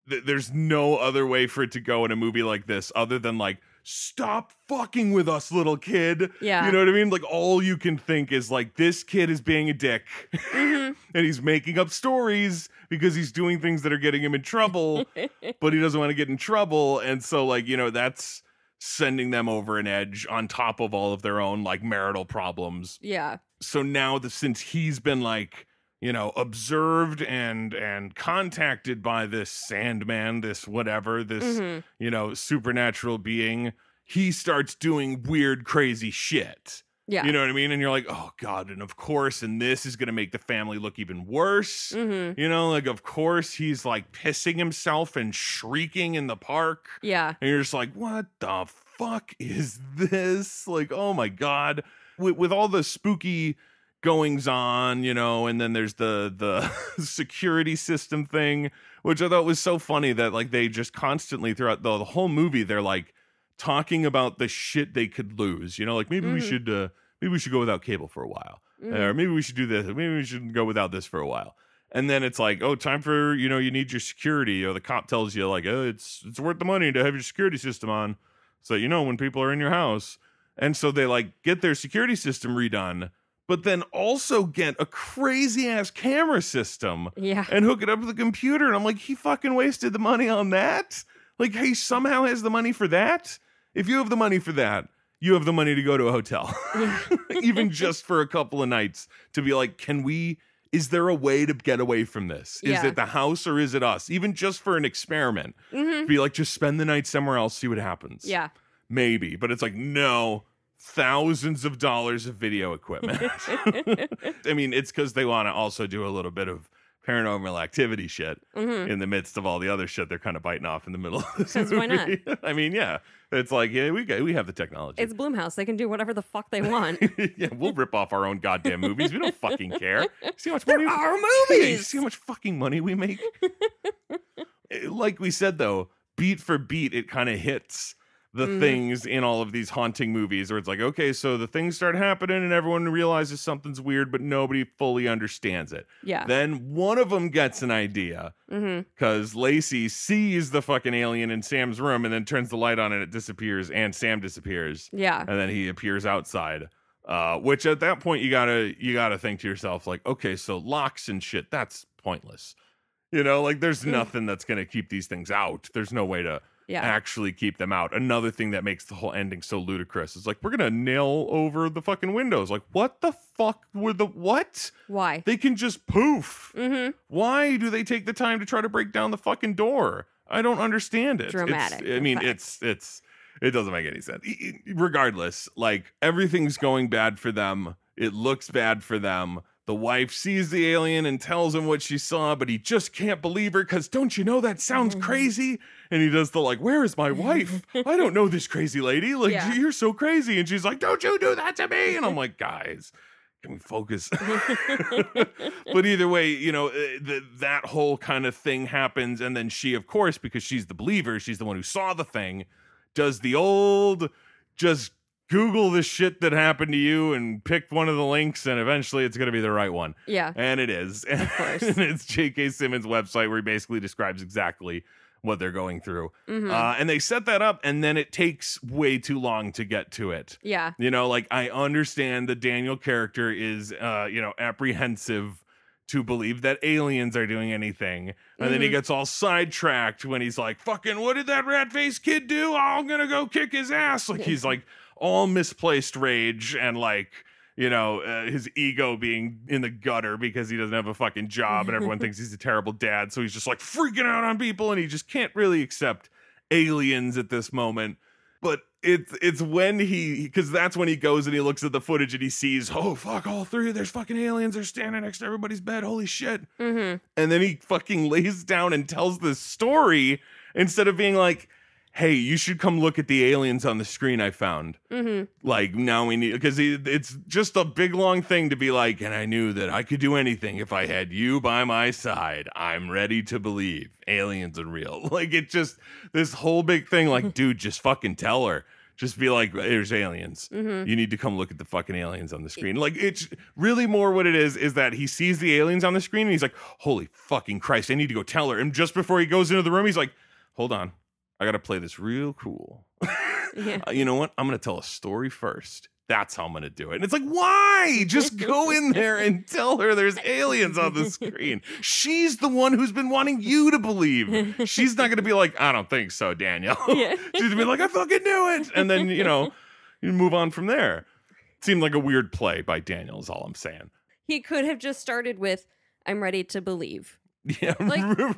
[SPEAKER 1] th- there's no other way for it to go in a movie like this other than like stop fucking with us little kid
[SPEAKER 2] Yeah.
[SPEAKER 1] you know what I mean? Like all you can think is like this kid is being a dick
[SPEAKER 2] Mhm.
[SPEAKER 1] and he's making up stories because he's doing things that are getting him in trouble, but he doesn't want to get in trouble and so like, you know, that's sending them over an edge on top of all of their own like marital problems.
[SPEAKER 2] yeah.
[SPEAKER 1] So now the since he's been like you know, observed and and contacted by this Sandman, this whatever, this
[SPEAKER 2] Mhm.
[SPEAKER 1] you know supernatural being, he starts doing weird, crazy shit.
[SPEAKER 2] Yeah.
[SPEAKER 1] You know what I mean? And you're like, oh God, and of course, and this is gonna make the family look even worse.
[SPEAKER 2] Mhm.
[SPEAKER 1] You know, like of course he's like pissing himself and shrieking in the park.
[SPEAKER 2] Yeah.
[SPEAKER 1] And you're just like, what the fuck is this? Like, oh my God. With, with all the spooky goings on, you know, and then there's the the security system thing, which I thought was so funny that like they just constantly throughout the, the whole movie, they're like talking about the shit they could lose. You know, like maybe we
[SPEAKER 2] Mhm.
[SPEAKER 1] should uh maybe we should go without cable for a while
[SPEAKER 2] Mhm.
[SPEAKER 1] or maybe we should do this maybe we should go without this for a while and then it's like oh time for you know you need your security or the cop tells you like oh it's it's worth the money to have your security system on so you know when people are in your house and so they like get their security system redone but then also get a crazy ass camera system
[SPEAKER 2] Yeah.
[SPEAKER 1] and hook it up to the computer and i'm like he fucking wasted the money on that like he somehow has the money for that if you have the money for that you have the money to go to a hotel
[SPEAKER 2] Yeah.
[SPEAKER 1] even just for a couple of nights to be like can we is there a way to get away from this is
[SPEAKER 2] Yeah.
[SPEAKER 1] it the house or is it us even just for an experiment
[SPEAKER 2] Mhm.
[SPEAKER 1] be like just spend the night somewhere else see what happens
[SPEAKER 2] Yeah.
[SPEAKER 1] maybe but it's like no thousands of dollars of video equipment i mean it's because they want to also do a little bit of paranormal activity shit
[SPEAKER 2] Mhm.
[SPEAKER 1] in the midst of all the other shit they're kind of biting off in the middle of this
[SPEAKER 2] 'Cause why not?
[SPEAKER 1] movie. i mean yeah it's like yeah we, got, we have the technology
[SPEAKER 2] It's Bloomhouse. They can do whatever the fuck they want.
[SPEAKER 1] yeah, we'll rip off our own goddamn movies. We don't fucking care. See how much money
[SPEAKER 2] are
[SPEAKER 1] Yeah, you
[SPEAKER 2] movies.
[SPEAKER 1] see how much fucking money we make. Eh, like we said though, beat for beat, it kind of hits the
[SPEAKER 2] Mhm.
[SPEAKER 1] things in all of these haunting movies where it's like, okay, so the things start happening and everyone realizes something's weird, but nobody fully understands it.
[SPEAKER 2] yeah.
[SPEAKER 1] Then one of them gets an idea
[SPEAKER 2] Mhm.
[SPEAKER 1] because Lacey sees the fucking alien in Sam's room and then turns the light on and it disappears and Sam disappears
[SPEAKER 2] Yeah.
[SPEAKER 1] and then he appears outside uh which at that point you gotta you gotta think to yourself like okay so locks and shit that's pointless you know like there's
[SPEAKER 2] Mm.
[SPEAKER 1] nothing that's gonna keep these things out there's no way to
[SPEAKER 2] Yeah.
[SPEAKER 1] actually keep them out another thing that makes the whole ending so ludicrous is like we're gonna nail over the fucking windows like what the fuck were the what
[SPEAKER 2] Why?
[SPEAKER 1] they can just poof
[SPEAKER 2] Mhm.
[SPEAKER 1] why do they take the time to try to break down the fucking door? I don't understand it. It's-
[SPEAKER 2] Dramatic,
[SPEAKER 1] I
[SPEAKER 2] in
[SPEAKER 1] mean,
[SPEAKER 2] fact.
[SPEAKER 1] it's it's it doesn't make any sense. E- e- Regardless, like everything's going bad for them. It looks bad for them. The wife sees the alien and tells him what she saw, but he just can't believe her because don't you know that sounds crazy? And he does the like, Where is my wife? I don't know this crazy lady. Like,
[SPEAKER 2] Yeah.
[SPEAKER 1] you're so crazy. And she's like, Don't you do that to me. And I'm like, Guys, can we focus? but either way, you know, uh, the, that whole kind of thing happens. And then she, of course, because she's the believer, she's the one who saw the thing, does the old just Google the shit that happened to you and pick one of the links, and eventually it's going to be the right one.
[SPEAKER 2] Yeah.
[SPEAKER 1] And it is. Of
[SPEAKER 2] course.
[SPEAKER 1] and it's J.K. Simmons' website where he basically describes exactly what they're going through.
[SPEAKER 2] Mhm.
[SPEAKER 1] Uh, and they set that up, and then it takes way too long to get to it.
[SPEAKER 2] yeah.
[SPEAKER 1] You know, like I understand the Daniel character is uh, you know, apprehensive to believe that aliens are doing anything. And then he
[SPEAKER 2] Mhm.
[SPEAKER 1] gets all sidetracked when he's like, fucking what did that rat faced kid do? I'm gonna go kick his ass. Like he's like all misplaced rage and like you know, uh, his ego being in the gutter because he doesn't have a fucking job and everyone thinks he's a terrible dad. So he's just like freaking out on people and he just can't really accept aliens at this moment. But it's it's when he because that's when he goes and he looks at the footage and he sees, oh fuck, all three, there's fucking aliens, they're standing next to everybody's bed. Holy shit.
[SPEAKER 2] hmm
[SPEAKER 1] And then he fucking lays down and tells this story instead of being like, hey, you should come look at the aliens on the screen I found
[SPEAKER 2] hmm
[SPEAKER 1] like now we need because it's just a big long thing to be like and i knew that i could do anything if i had you by my side i'm ready to believe aliens are real like it just this whole big thing like dude just fucking tell her just be like there's aliens
[SPEAKER 2] hmm
[SPEAKER 1] you need to come look at the fucking aliens on the screen. Like it's really more what it is is that he sees the aliens on the screen and he's like, "Holy fucking Christ, I need to go tell her." And just before he goes into the room, he's like, "Hold on. I got to play this real cool."
[SPEAKER 2] Yeah.
[SPEAKER 1] Uh, you know what? I'm going to tell a story first. That's how I'm going to do it. And it's like, "Why? Just go in there and tell her there's aliens on the screen. She's the one who's been wanting you to believe. She's not going to be like, "I don't think so, Daniel."
[SPEAKER 2] Yeah.
[SPEAKER 1] She's gonna be like, I fucking knew it. And then, you know, you move on from there. Seemed like a weird play by Daniel, is all I'm saying.
[SPEAKER 2] He could have just started with, I'm ready to believe.
[SPEAKER 1] Yeah,
[SPEAKER 2] Like-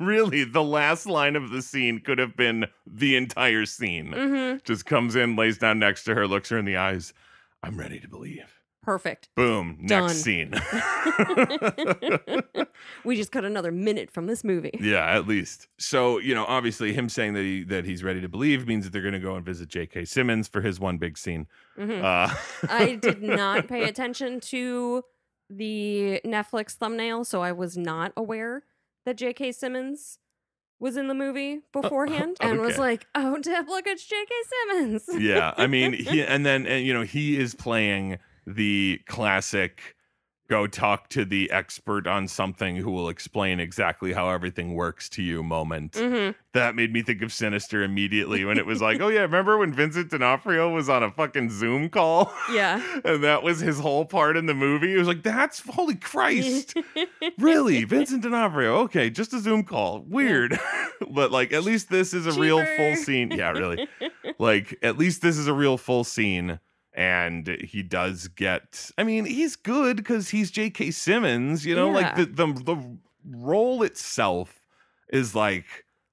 [SPEAKER 1] really, the last line of the scene could have been the entire scene.
[SPEAKER 2] hmm
[SPEAKER 1] Just comes in, lays down next to her, looks her in the eyes. I'm ready to believe.
[SPEAKER 2] Perfect.
[SPEAKER 1] Boom, next
[SPEAKER 2] Done.
[SPEAKER 1] scene.
[SPEAKER 2] We just cut another minute from this movie.
[SPEAKER 1] yeah, at least. So, you know, obviously him saying that he that he's ready to believe means that they're gonna go and visit J.K. Simmons for his one big scene.
[SPEAKER 2] hmm
[SPEAKER 1] Uh
[SPEAKER 2] I did not pay attention to the Netflix thumbnail, so I was not aware that J.K. Simmons was in the movie beforehand and was
[SPEAKER 1] Oh, okay.
[SPEAKER 2] like, oh, Deb, look, it's J.K. Simmons.
[SPEAKER 1] yeah i mean he and then and, you know he is playing the classic go talk to the expert on something who will explain exactly how everything works to you moment
[SPEAKER 2] Mhm.
[SPEAKER 1] that made me think of sinister immediately when it was like oh yeah remember when vincent d'onofrio was on a fucking zoom call
[SPEAKER 2] Yeah.
[SPEAKER 1] and that was his whole part in the movie it was like that's holy christ really vincent d'onofrio okay just a zoom call weird but like at least this is a real full
[SPEAKER 2] Cheaper.
[SPEAKER 1] scene yeah really like at least this is a real full scene and he does get i mean he's good because he's jk simmons you know like the,
[SPEAKER 2] Yeah.
[SPEAKER 1] the the role itself is like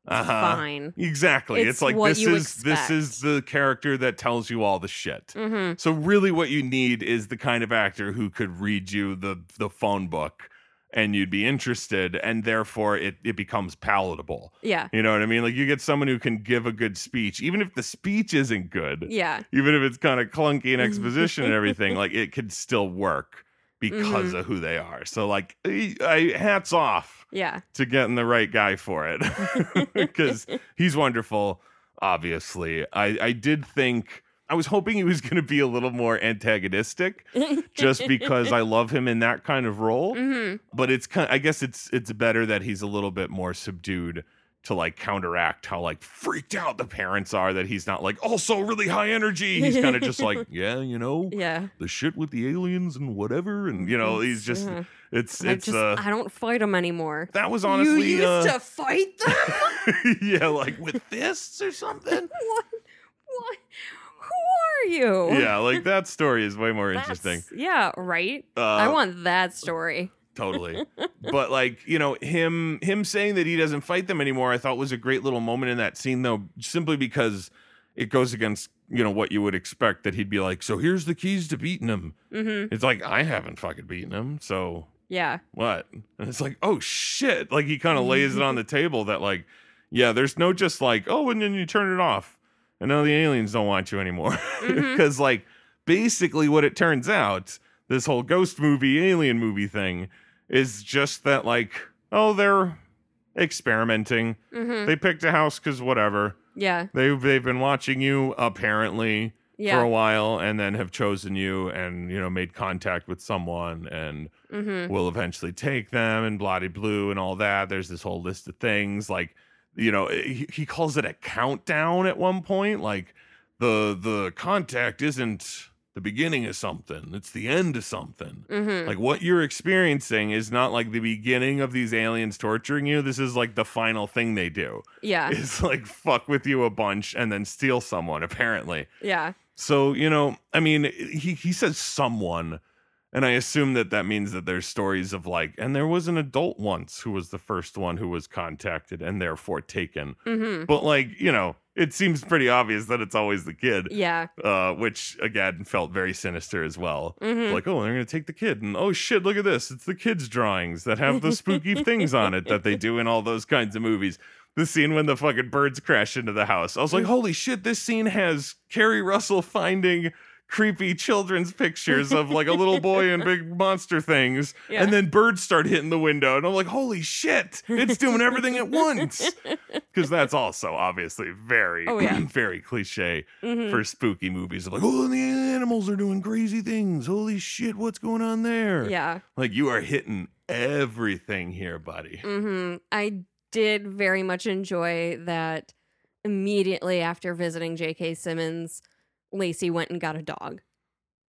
[SPEAKER 1] uh-huh
[SPEAKER 2] Fine.
[SPEAKER 1] exactly it's,
[SPEAKER 2] It's
[SPEAKER 1] like
[SPEAKER 2] what
[SPEAKER 1] this
[SPEAKER 2] you
[SPEAKER 1] is this is
[SPEAKER 2] expect.
[SPEAKER 1] the character that tells you all the shit
[SPEAKER 2] hmm
[SPEAKER 1] so really what you need is the kind of actor who could read you the the phone book and you'd be interested and therefore it, it becomes palatable
[SPEAKER 2] Yeah.
[SPEAKER 1] you know what I mean? Like you get someone who can give a good speech, even if the speech isn't good,
[SPEAKER 2] Yeah.
[SPEAKER 1] even if it's kind of clunky and exposition and everything, like it could still work because of who they are. So like I, I hats off
[SPEAKER 2] Yeah.
[SPEAKER 1] to getting the right guy for it. Cause he's wonderful, obviously. I, I did think I was hoping he was gonna be a little more antagonistic just because I love him in that kind of role
[SPEAKER 2] hmm
[SPEAKER 1] but it's kind i guess it's it's better that he's a little bit more subdued to like counteract how like freaked out the parents are that he's not like also really high energy he's kind of just like yeah you know
[SPEAKER 2] Yeah.
[SPEAKER 1] the shit with the aliens and whatever and you know he's just
[SPEAKER 2] Yeah.
[SPEAKER 1] it's
[SPEAKER 2] uh, Mm-hmm. I
[SPEAKER 1] it's
[SPEAKER 2] just
[SPEAKER 1] uh
[SPEAKER 2] I don't fight them anymore.
[SPEAKER 1] that was
[SPEAKER 2] you
[SPEAKER 1] honestly
[SPEAKER 2] used
[SPEAKER 1] uh,
[SPEAKER 2] to fight them.
[SPEAKER 1] yeah like with fists or something
[SPEAKER 2] what? What? Who are you?
[SPEAKER 1] yeah like that story is way more
[SPEAKER 2] That's-
[SPEAKER 1] interesting
[SPEAKER 2] Yeah. Right.
[SPEAKER 1] uh,
[SPEAKER 2] I want that story.
[SPEAKER 1] totally but like you know him him saying that he doesn't fight them anymore i thought was a great little moment in that scene though simply because it goes against you know what you would expect that he'd be like so here's the keys to beating him
[SPEAKER 2] hmm
[SPEAKER 1] it's like i haven't fucking beaten him so
[SPEAKER 2] Yeah.
[SPEAKER 1] what and it's like oh shit like he kind of lays it on the table that like yeah there's no just like oh and then you turn it off and now the aliens don't want you anymore
[SPEAKER 2] Mhm.
[SPEAKER 1] because like basically what it turns out this whole ghost movie alien movie thing is just that like oh they're experimenting
[SPEAKER 2] hmm
[SPEAKER 1] they picked a house because whatever
[SPEAKER 2] Yeah.
[SPEAKER 1] they they've been watching you apparently for a
[SPEAKER 2] Yeah.
[SPEAKER 1] while and then have chosen you and you know made contact with someone and
[SPEAKER 2] hmm
[SPEAKER 1] will eventually take them and bloody blue and all that. There's this whole list of things like you know eh, he, he calls it a countdown at one point like the the contact isn't the beginning of something it's the end of something
[SPEAKER 2] hmm
[SPEAKER 1] like what you're experiencing is not like the beginning of these aliens torturing you this is like the final thing they do
[SPEAKER 2] Yeah.
[SPEAKER 1] it's like fuck with you a bunch and then steal someone apparently
[SPEAKER 2] Yeah.
[SPEAKER 1] so, you know, I mean, he he says someone And I assume that that means that there's stories of like, and there was an adult once who was the first one who was contacted and therefore taken.
[SPEAKER 2] Mm-hmm.
[SPEAKER 1] But like, you know, it seems pretty obvious that it's always the kid,
[SPEAKER 2] Yeah.
[SPEAKER 1] uh, which again felt very sinister as well.
[SPEAKER 2] Mm-hmm.
[SPEAKER 1] Like, oh, they're going to take the kid. And oh, shit, look at this. It's the kids' drawings that have the spooky things on it that they do in all those kinds of movies. The scene when the fucking birds crash into the house. I was
[SPEAKER 2] Mm.
[SPEAKER 1] like, holy shit, this scene has Carrie Russell finding creepy children's pictures of like a little boy and big monster things.
[SPEAKER 2] yeah.
[SPEAKER 1] And then birds start hitting the window. And I'm like, holy shit, it's doing everything at once. Because that's also obviously very,
[SPEAKER 2] Oh, yeah.
[SPEAKER 1] very cliche
[SPEAKER 2] Mhm.
[SPEAKER 1] for spooky movies of like, oh, the animals are doing crazy things. Holy shit, what's going on there?
[SPEAKER 2] Yeah.
[SPEAKER 1] Like you are hitting everything here, buddy.
[SPEAKER 2] hmm I did very much enjoy that immediately after visiting J.K. Simmons, Lacey went and got a dog.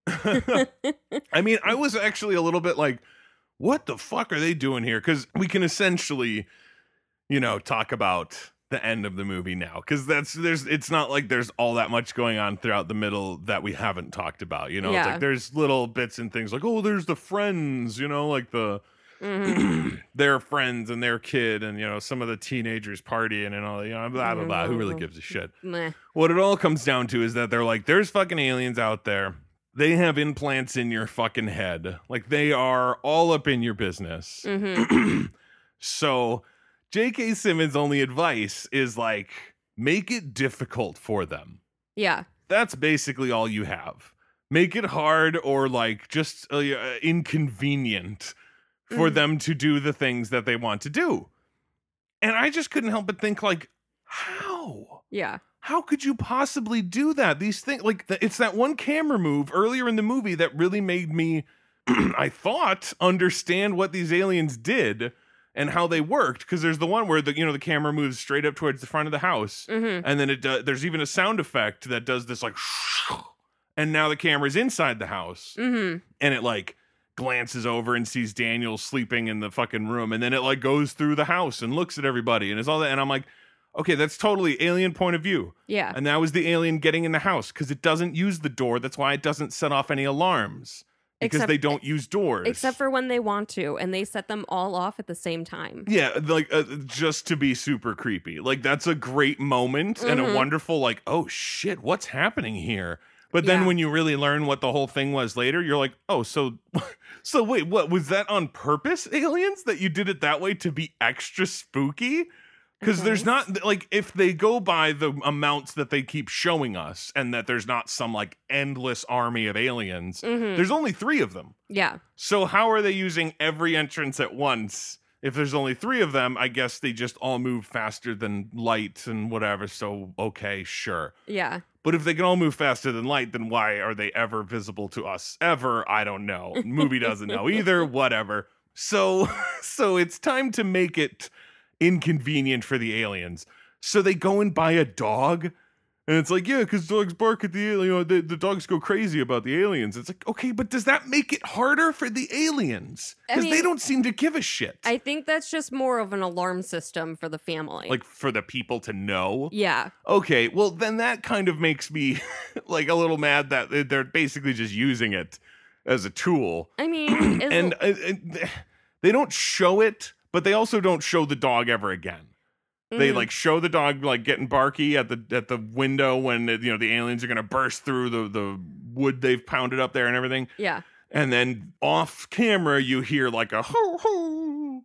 [SPEAKER 2] Mm.
[SPEAKER 1] I mean, I was actually a little bit like, what the fuck are they doing here? Because we can essentially, you know, talk about the end of the movie now because that's there's it's not like there's all that much going on throughout the middle that we haven't talked about you know it's
[SPEAKER 2] Yeah.
[SPEAKER 1] like there's little bits and things like oh there's the friends you know like the
[SPEAKER 2] Mhm.
[SPEAKER 1] their friends and their kid and you know some of the teenagers partying and all that, you know blah blah blah who really gives a shit
[SPEAKER 2] Meh.
[SPEAKER 1] what it all comes down to is that they're like there's fucking aliens out there they have implants in your fucking head like they are all up in your business
[SPEAKER 2] Mhm.
[SPEAKER 1] so jk simmons only advice is like make it difficult for them
[SPEAKER 2] Yeah.
[SPEAKER 1] that's basically all you have. Make it hard or like just uh, uh, inconvenient for
[SPEAKER 2] Mhm.
[SPEAKER 1] them to do the things that they want to do. And I just couldn't help but think like how?
[SPEAKER 2] Yeah.
[SPEAKER 1] How could you possibly do that? These things like the, it's that one camera move earlier in the movie that really made me I thought understand what these aliens did and how they worked because there's the one where the you know the camera moves straight up towards the front of the house
[SPEAKER 2] hmm
[SPEAKER 1] and then it do- there's even a sound effect that does this like and now the camera's inside the house
[SPEAKER 2] hmm
[SPEAKER 1] and it like glances over and sees Daniel sleeping in the fucking room and then it like goes through the house and looks at everybody and it's all that and I'm like okay that's totally alien point of view
[SPEAKER 2] Yeah.
[SPEAKER 1] and that was the alien getting in the house cuz it doesn't use the door that's why it doesn't set off any alarms because
[SPEAKER 2] Except-
[SPEAKER 1] they don't use doors
[SPEAKER 2] Except for when they want to, and they set them all off at the same time.
[SPEAKER 1] yeah, like uh, just to be super creepy. Like that's a great moment and a
[SPEAKER 2] Mhm.
[SPEAKER 1] wonderful like, oh shit, what's happening here? But then
[SPEAKER 2] Yeah.
[SPEAKER 1] when you really learn what the whole thing was later, you're like, oh, so so wait, what was that on purpose, aliens? That you did it that way to be extra spooky? Because there's
[SPEAKER 2] Okay.
[SPEAKER 1] not like if they go by the amounts that they keep showing us and that there's not some like endless army of aliens,
[SPEAKER 2] Mhm.
[SPEAKER 1] there's only three of them.
[SPEAKER 2] Yeah.
[SPEAKER 1] So how are they using every entrance at once? If there's only three of them, I guess they just all move faster than light and whatever. So okay, sure.
[SPEAKER 2] Yeah.
[SPEAKER 1] But if they can all move faster than light, then why are they ever visible to us? Ever? I don't know. Movie doesn't know either. Whatever. So so it's time to make it inconvenient for the aliens. So they go and buy a dog. And it's like, yeah, because dogs bark at the alien. You know, the, the dogs go crazy about the aliens. It's like, okay, but does that make it harder for the aliens?
[SPEAKER 2] I
[SPEAKER 1] Because they
[SPEAKER 2] mean-
[SPEAKER 1] don't seem to give a shit.
[SPEAKER 2] I think that's just more of an alarm system for the family.
[SPEAKER 1] like for the people to know.
[SPEAKER 2] yeah.
[SPEAKER 1] Okay, well then that kind of makes me like a little mad that they- they're basically just using it as a tool.
[SPEAKER 2] I mean, is
[SPEAKER 1] And uh, uh, they don't show it, but they also don't show the dog ever again. They
[SPEAKER 2] Mhm.
[SPEAKER 1] like show the dog like getting barky at the at the window when uh, you know the aliens are going to burst through the the wood they've pounded up there and everything.
[SPEAKER 2] yeah.
[SPEAKER 1] And then off camera, you hear like a hoo hoo,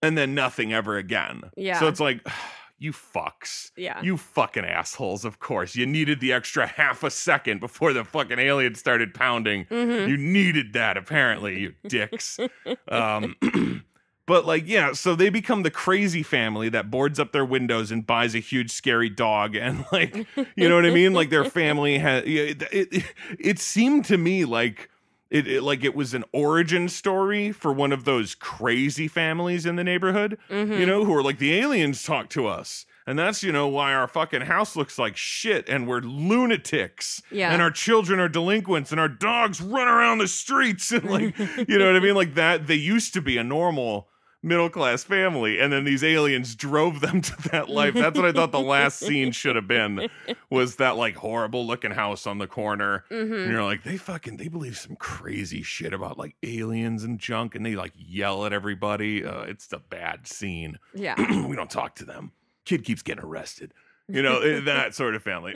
[SPEAKER 1] and then nothing ever again.
[SPEAKER 2] Yeah.
[SPEAKER 1] So it's like, you fucks.
[SPEAKER 2] Yeah.
[SPEAKER 1] You fucking assholes, of course. You needed the extra half a second before the fucking alien started pounding.
[SPEAKER 2] hmm
[SPEAKER 1] You needed that, apparently, you dicks. Um, but, like, yeah, so they become the crazy family that boards up their windows and buys a huge, scary dog. And, like, you know what I mean? Like, their family has. It, it, it seemed to me like. It, it like it was an origin story for one of those crazy families in the neighborhood
[SPEAKER 2] hmm
[SPEAKER 1] you know, who are like the aliens talk to us. And that's, you know, why our fucking house looks like shit and we're lunatics.
[SPEAKER 2] Yeah.
[SPEAKER 1] And our children are delinquents and our dogs run around the streets and like, you know what I mean? Like that, they used to be a normal middle class family and then these aliens drove them to that life that's what i thought the last scene should have been was that like horrible looking house on the corner and
[SPEAKER 2] Mm-hmm.
[SPEAKER 1] you're like they fucking they believe some crazy shit about like aliens and junk and they like yell at everybody uh, it's a bad scene
[SPEAKER 2] Yeah.
[SPEAKER 1] we don't talk to them kid keeps getting arrested you know eh, that sort of family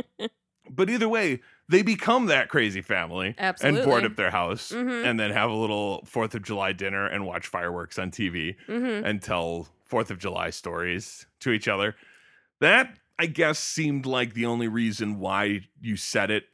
[SPEAKER 1] but either way they become that crazy family
[SPEAKER 2] Absolutely.
[SPEAKER 1] and board up their house
[SPEAKER 2] Mhm.
[SPEAKER 1] and then have a little fourth of july dinner and watch fireworks on tv
[SPEAKER 2] Mm-hmm.
[SPEAKER 1] and tell Fourth of July stories to each other. That I guess seemed like the only reason why you set it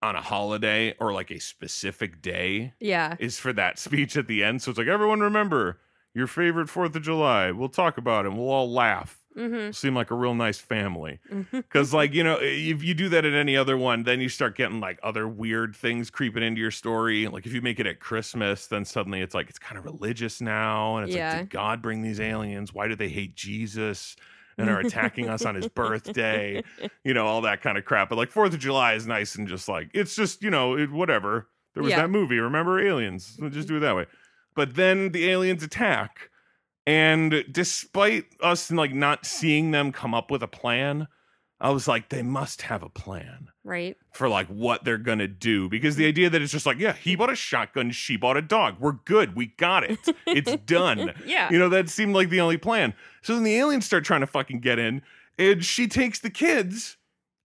[SPEAKER 1] on a holiday or like a specific day
[SPEAKER 2] Yeah.
[SPEAKER 1] is for that speech at the end. So it's like everyone remember your favorite Fourth of July. We'll talk about it. and We'll all laugh.
[SPEAKER 2] Mm-hmm.
[SPEAKER 1] We'll seem like a real nice family.
[SPEAKER 2] Mhm.
[SPEAKER 1] Because like you know, if you do that at any other one, then you start getting like other weird things creeping into your story. Like if you make it at Christmas, then suddenly it's like it's kind of religious now, and it's
[SPEAKER 2] Yeah.
[SPEAKER 1] like, did God bring these aliens? Why do they hate Jesus? And are attacking us on his birthday, you know, all that kind of crap. But like Fourth of July is nice and just like it's just you know it, whatever. There was
[SPEAKER 2] Yeah.
[SPEAKER 1] that movie, remember Aliens? We'll just do it that way. But then the aliens attack, and despite us like not seeing them come up with a plan, I was like, they must have a plan
[SPEAKER 2] Right.
[SPEAKER 1] for like what they're gonna do because the idea that it's just like, yeah, he bought a shotgun, she bought a dog, we're good, we got it, it's done.
[SPEAKER 2] Yeah.
[SPEAKER 1] You know, that seemed like the only plan. So then the aliens start trying to fucking get in, and she takes the kids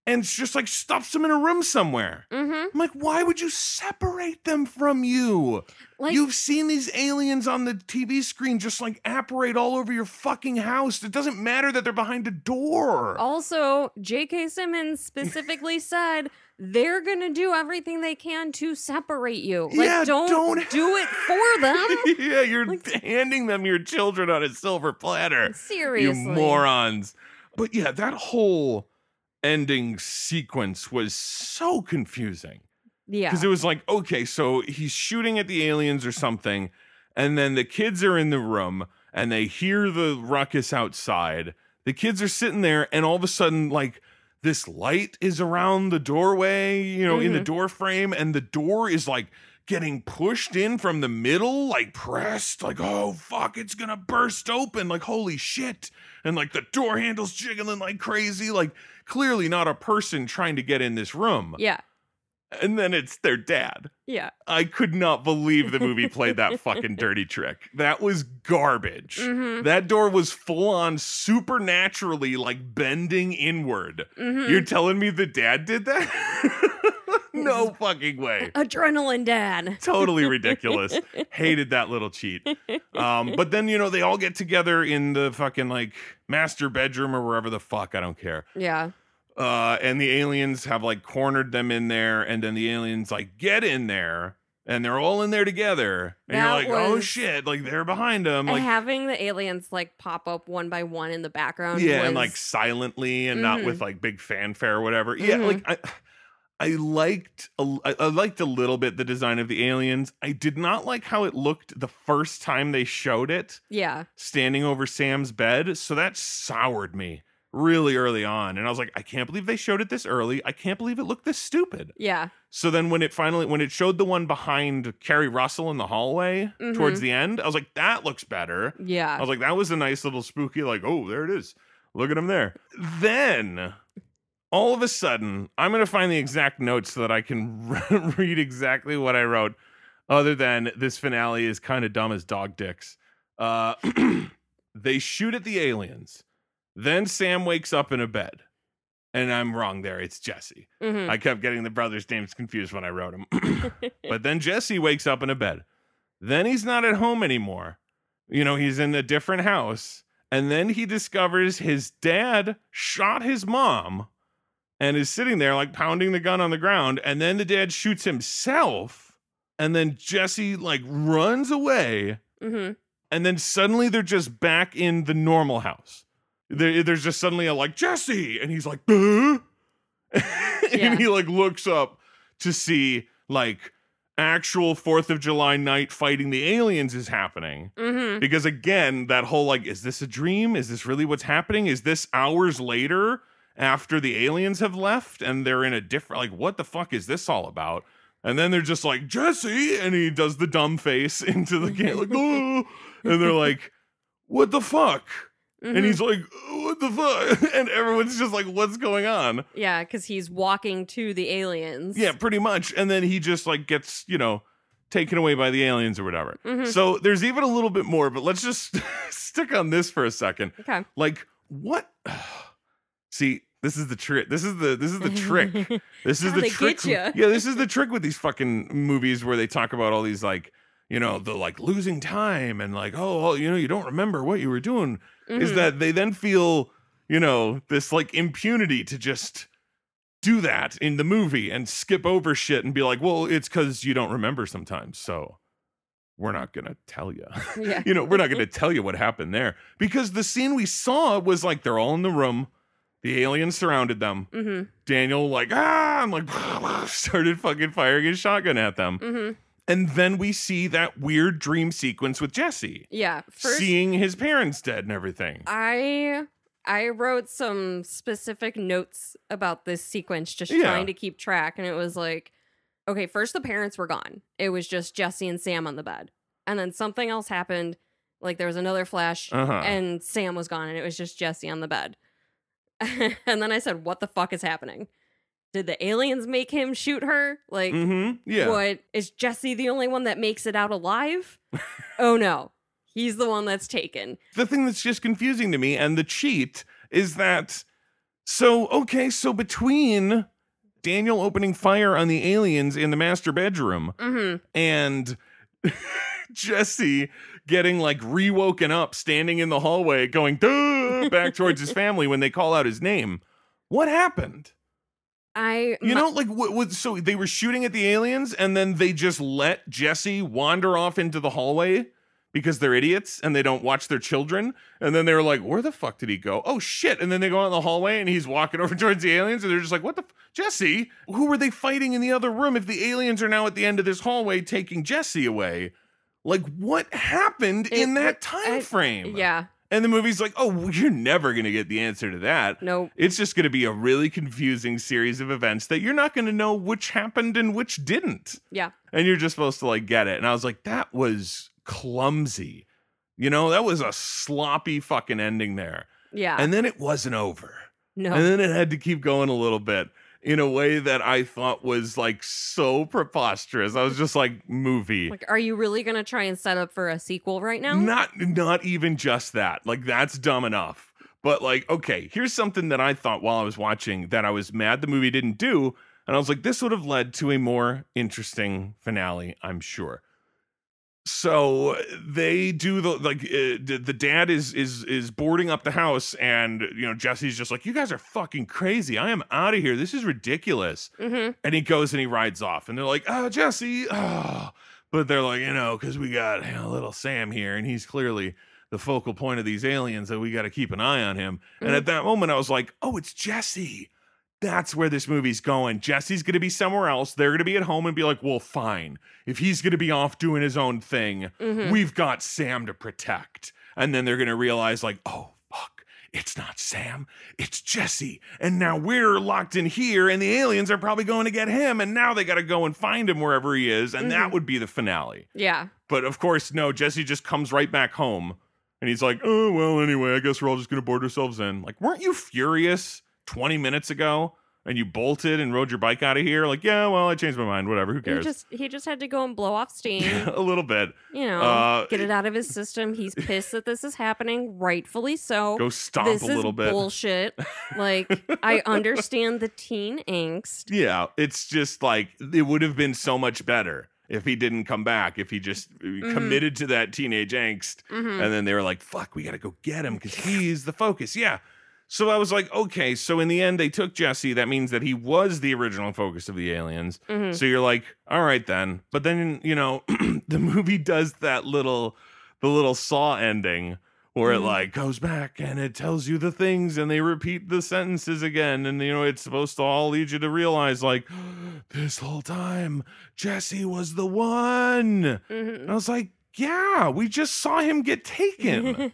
[SPEAKER 1] and just like stuffs them in a room somewhere.
[SPEAKER 2] Mm-hmm.
[SPEAKER 1] I'm like, why would you separate them from you?
[SPEAKER 2] Like
[SPEAKER 1] You've seen these aliens on the TV screen just like apparate all over your fucking house. It doesn't matter that they're behind a door.
[SPEAKER 2] Oh. also J.K. Simmons specifically said they're gonna do everything they can to separate you. Like
[SPEAKER 1] Yeah,
[SPEAKER 2] don't,
[SPEAKER 1] don't-
[SPEAKER 2] do it for them.
[SPEAKER 1] yeah, you're handing them your children on a silver platter.
[SPEAKER 2] Seriously.
[SPEAKER 1] You morons. But yeah, that whole ending sequence was so confusing.
[SPEAKER 2] Yeah.
[SPEAKER 1] Because it was like, okay, so he's shooting at the aliens or something, and then the kids are in the room and they hear the ruckus outside. The kids are sitting there, and all of a sudden, like, this light is around the doorway, you know,
[SPEAKER 2] Mm-hmm.
[SPEAKER 1] in the door frame, and the door is like getting pushed in from the middle, like pressed, like, oh fuck, it's gonna burst open, like, holy shit. And like the door handle's jiggling like crazy, like, clearly not a person trying to get in this room.
[SPEAKER 2] Yeah.
[SPEAKER 1] And then it's their dad.
[SPEAKER 2] Yeah.
[SPEAKER 1] I could not believe the movie played that fucking dirty trick. That was garbage.
[SPEAKER 2] Mm-hmm.
[SPEAKER 1] That door was full on supernaturally like bending inward.
[SPEAKER 2] Mm-hmm.
[SPEAKER 1] You're telling me the dad did that? no fucking way.
[SPEAKER 2] Adrenaline Dad.
[SPEAKER 1] Totally ridiculous. Hated that little cheat. Um, but then, you know, they all get together in the fucking like master bedroom or wherever the fuck, I don't care
[SPEAKER 2] Yeah.
[SPEAKER 1] uh, and the aliens have like cornered them in there, and then the aliens like get in there, and they're all in there together, and
[SPEAKER 2] That
[SPEAKER 1] you're like, oh
[SPEAKER 2] was-
[SPEAKER 1] shit, like they're behind them,
[SPEAKER 2] And
[SPEAKER 1] like
[SPEAKER 2] having the aliens like pop up one by one in the background.
[SPEAKER 1] yeah, and
[SPEAKER 2] was-
[SPEAKER 1] like silently, and not
[SPEAKER 2] Mhm.
[SPEAKER 1] with like big fanfare or whatever. Yeah,
[SPEAKER 2] Mhm.
[SPEAKER 1] like I, I liked, a- I I liked a little bit the design of the aliens. I did not like how it looked the first time they showed it.
[SPEAKER 2] yeah.
[SPEAKER 1] standing over Sam's bed. So that soured me really early on. And I was like, I can't believe they showed it this early. I can't believe it looked this stupid.
[SPEAKER 2] Yeah.
[SPEAKER 1] So then when it finally when it showed the one behind Carrie Russell in the hallway
[SPEAKER 2] Mhm.
[SPEAKER 1] towards the end, I was like, that looks better. I
[SPEAKER 2] Yeah.
[SPEAKER 1] was like, that was a nice little spooky, like, oh, there it is. Look at him there. Then all of a sudden, I'm going to find the exact notes so that I can read exactly what I wrote, other than this finale is kind of dumb as dog dicks. Uh, they shoot at the aliens. Then Sam wakes up in a bed. And I'm wrong there. It's Jesse.
[SPEAKER 2] hmm
[SPEAKER 1] I kept getting the brothers' names confused when I wrote them. but then Jesse wakes up in a bed. Then he's not at home anymore. You know, he's in a different house. And then he discovers his dad shot his mom and is sitting there like pounding the gun on the ground. And then the dad shoots himself. And then Jesse like runs away.
[SPEAKER 2] hmm
[SPEAKER 1] And then suddenly they're just back in the normal house. There, there's just suddenly a like Jesse, and he's like, "Huh?"
[SPEAKER 2] Yeah.
[SPEAKER 1] and he like looks up to see like actual Fourth of July night fighting the aliens is happening.
[SPEAKER 2] hmm
[SPEAKER 1] Because again, that whole like, is this a dream? Is this really what's happening? Is this hours later after the aliens have left and they're in a different like, what the fuck is this all about? And then they're just like Jesse, and he does the dumb face into the game, like, oh. and they're like, "What the fuck?"
[SPEAKER 2] Mhm.
[SPEAKER 1] And he's like, "What the fuck?" And everyone's just like, "What's going on?"
[SPEAKER 2] yeah, because he's walking to the aliens.
[SPEAKER 1] Yeah, pretty much. And then he just like gets, you know, taken away by the aliens or whatever.
[SPEAKER 2] Mhm.
[SPEAKER 1] So there's even a little bit more, but let's just stick on this for a second.
[SPEAKER 2] Okay.
[SPEAKER 1] Like what? See, this is the trick. This is the this is the trick. This is
[SPEAKER 2] How
[SPEAKER 1] the
[SPEAKER 2] they
[SPEAKER 1] trick.
[SPEAKER 2] get ya.
[SPEAKER 1] Yeah, this is the trick with these fucking movies where they talk about all these like, you know, the like losing time and like, oh, well, you know, you don't remember what you were doing. Is
[SPEAKER 2] Mhm.
[SPEAKER 1] that they then feel, you know, this like impunity to just do that in the movie and skip over shit and be like, well, it's because you don't remember sometimes, so we're not gonna tell you.
[SPEAKER 2] Mm-hmm. Yeah.
[SPEAKER 1] you know, we're not gonna tell you what happened there because the scene we saw was like they're all in the room, the aliens surrounded them.
[SPEAKER 2] Mm
[SPEAKER 1] Daniel like ah I'm like started fucking firing his shotgun at them.
[SPEAKER 2] hmm. Mm hmm.
[SPEAKER 1] And then we see that weird dream sequence with Jesse
[SPEAKER 2] Yeah. First,
[SPEAKER 1] seeing his parents dead and everything.
[SPEAKER 2] I I wrote some specific notes about this sequence, just
[SPEAKER 1] Yeah.
[SPEAKER 2] trying to keep track, and it was like, okay, first the parents were gone. It was just Jesse and Sam on the bed, and then something else happened. Like there was another flash,
[SPEAKER 1] Uh-huh.
[SPEAKER 2] Uh, and Sam was gone, and it was just Jesse on the bed. and then I said, "What the fuck is happening? Did the aliens make him shoot her? Like,
[SPEAKER 1] mm-hmm. Yeah.
[SPEAKER 2] what is Jesse the only one that makes it out alive? oh no, he's the one that's taken."
[SPEAKER 1] The thing that's just confusing to me and the cheat is that so okay, so between Daniel opening fire on the aliens in the master bedroom
[SPEAKER 2] Mm-hmm.
[SPEAKER 1] and Jesse getting like rewoken up, standing in the hallway, going "Duh," back towards his family when they call out his name. What happened?
[SPEAKER 2] I
[SPEAKER 1] You
[SPEAKER 2] my-
[SPEAKER 1] know, like what, what? So they were shooting at the aliens, and then they just let Jesse wander off into the hallway because they're idiots and they don't watch their children. And then they were like, "Where the fuck did he go? Oh shit!" And then they go out in the hallway, and he's walking over towards the aliens, and they're just like, "What the f- Jesse? Who were they fighting in the other room? If the aliens are now at the end of this hallway taking Jesse away, like what happened in
[SPEAKER 2] It-
[SPEAKER 1] that
[SPEAKER 2] I-
[SPEAKER 1] time frame?"
[SPEAKER 2] yeah,
[SPEAKER 1] And the movie's like, "Oh, you're never gonna get the answer to that."
[SPEAKER 2] no,
[SPEAKER 1] It's just going to be a really confusing series of events that you're not going to know which happened and which didn't.
[SPEAKER 2] yeah,
[SPEAKER 1] And you're just supposed to like get it. And I was like, that was clumsy. You know, that was a sloppy fucking ending there.
[SPEAKER 2] yeah,
[SPEAKER 1] And then it wasn't over.
[SPEAKER 2] Ah. no,
[SPEAKER 1] And then it had to keep going a little bit in a way that I thought was like so preposterous. I was just like, movie.
[SPEAKER 2] like, are you really gonna try and set up for a sequel right now?
[SPEAKER 1] Not not even just that. Like that's dumb enough. But like, okay, here's something that I thought while I was watching that I was mad the movie didn't do, and I was like, this would have led to a more interesting finale, I'm sure. So they do the like uh, d- the dad is is is boarding up the house, and you know Jesse's just like, you guys are fucking crazy. I am out of here. This is ridiculous.
[SPEAKER 2] hmm
[SPEAKER 1] And he goes and he rides off, and they're like, "Oh, Jesse!" Oh. But they're like, you know, because we got you know, little Sam here, and he's clearly the focal point of these aliens, that we got to keep an eye on him. And
[SPEAKER 2] Mhm.
[SPEAKER 1] at that moment, I was like, "Oh, it's Jesse." That's where this movie's going. Jesse's going to be somewhere else. They're going to be at home and be like, "Well, fine. If he's going to be off doing his own thing,
[SPEAKER 2] hmm
[SPEAKER 1] we've got Sam to protect. And then they're going to realize, like, oh, fuck, it's not Sam, it's Jesse. And now we're locked in here, and the aliens are probably going to get him. And now they got to go and find him wherever he is. And that
[SPEAKER 2] Mhm.
[SPEAKER 1] would be the finale.
[SPEAKER 2] yeah,
[SPEAKER 1] But of course, no, Jesse just comes right back home. And he's like, oh, well, anyway, I guess we're all just going to board ourselves in. Like, weren't you furious 20 minutes ago? And you bolted and rode your bike out of here? Like, yeah, well, I changed my mind. Whatever. Who
[SPEAKER 2] he
[SPEAKER 1] cares?
[SPEAKER 2] just he just had to go and blow off steam.
[SPEAKER 1] a little bit.
[SPEAKER 2] You know,
[SPEAKER 1] Uh,
[SPEAKER 2] get it out of his system. He's pissed that this is happening, rightfully so.
[SPEAKER 1] Go stomp
[SPEAKER 2] this
[SPEAKER 1] a little
[SPEAKER 2] is
[SPEAKER 1] bit.
[SPEAKER 2] bullshit. Like, I understand the teen angst.
[SPEAKER 1] Yeah, it's just like it would have been so much better if he didn't come back, if he just uh, committed to that teenage angst.
[SPEAKER 2] hmm
[SPEAKER 1] And then they were like, fuck, we got to go get him because he's the focus. Yeah. So I was like, okay, so in the end, they took Jesse. That means that he was the original focus of the aliens.
[SPEAKER 2] hmm
[SPEAKER 1] So you're like, all right then. But then, you know, the movie does that little the little saw ending where it
[SPEAKER 2] Mhm.
[SPEAKER 1] like goes back and it tells you the things and they repeat the sentences again and you know it's supposed to all lead you to realize like this whole time Jesse was the one. And
[SPEAKER 2] hmm
[SPEAKER 1] I was like, yeah, we just saw him get taken.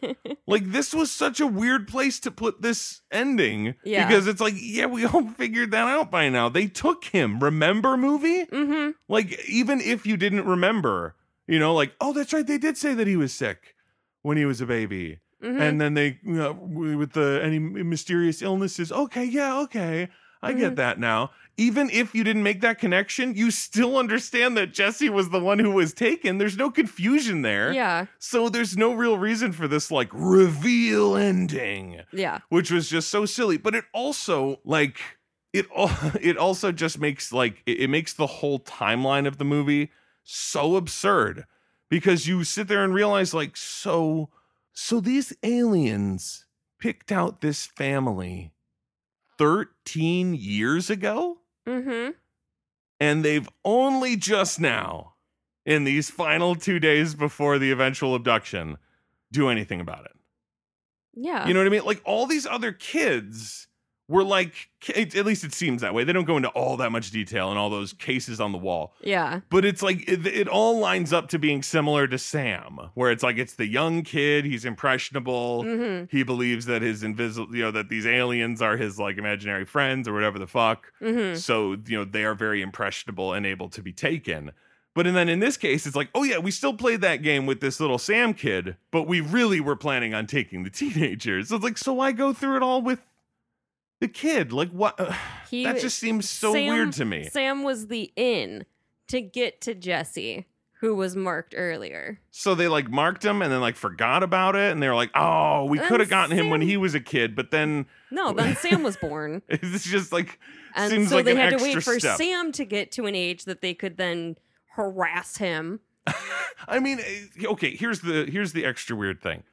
[SPEAKER 1] like this was such a weird place to put this ending
[SPEAKER 2] Yeah.
[SPEAKER 1] because it's like, yeah, we all figured that out by now. They took him. Remember movie?
[SPEAKER 2] hmm
[SPEAKER 1] Like, even if you didn't remember, you know, like, oh, that's right, they did say that he was sick. when he was a baby
[SPEAKER 2] Mhm.
[SPEAKER 1] and then they you know, w- with the any mysterious illnesses okay yeah okay i get that now even if you didn't make that connection you still understand that jesse was the one who was taken there's no confusion there
[SPEAKER 2] yeah,
[SPEAKER 1] so there's no real reason for this like reveal ending
[SPEAKER 2] yeah,
[SPEAKER 1] which was just so silly but it also like it all it also just makes like it, it makes the whole timeline of the movie so absurd because you sit there and realize like so so these aliens picked out this family 13 years ago
[SPEAKER 2] mm-hmm.
[SPEAKER 1] and they've only just now in these final 2 days before the eventual abduction do anything about it
[SPEAKER 2] yeah,
[SPEAKER 1] you know what I mean? Like all these other kids were like, ki- at least it seems that way. They don't go into all that much detail and all those cases on the wall,
[SPEAKER 2] yeah,
[SPEAKER 1] but it's like it, it all lines up to being similar to Sam, where it's like it's the young kid, he's impressionable,
[SPEAKER 2] mm-hmm.
[SPEAKER 1] he believes that his invisible, you know, that these aliens are his like imaginary friends or whatever the fuck.
[SPEAKER 2] Mm-hmm.
[SPEAKER 1] So, you know, they are very impressionable and able to be taken. But and then in this case, it's like, oh yeah, we still played that game with this little Sam kid, but we really were planning on taking the teenagers. So it's like, so why go through it all with the kid? Like what
[SPEAKER 2] He
[SPEAKER 1] that just seems so
[SPEAKER 2] Sam-
[SPEAKER 1] weird to me.
[SPEAKER 2] Sam was the in to get to Jesse, who was marked earlier.
[SPEAKER 1] So they like marked him and then like forgot about it and they were like, oh, we
[SPEAKER 2] And
[SPEAKER 1] could have gotten him when
[SPEAKER 2] Um, Sam-
[SPEAKER 1] he was a kid, but then
[SPEAKER 2] No, then Sam was born,
[SPEAKER 1] it's just like
[SPEAKER 2] and
[SPEAKER 1] seems
[SPEAKER 2] so
[SPEAKER 1] like
[SPEAKER 2] they
[SPEAKER 1] an
[SPEAKER 2] had to
[SPEAKER 1] extra
[SPEAKER 2] wait for
[SPEAKER 1] step.
[SPEAKER 2] Sam to get to an age that they could then harass him.
[SPEAKER 1] I mean, eh, okay. Here's the here's the extra weird thing,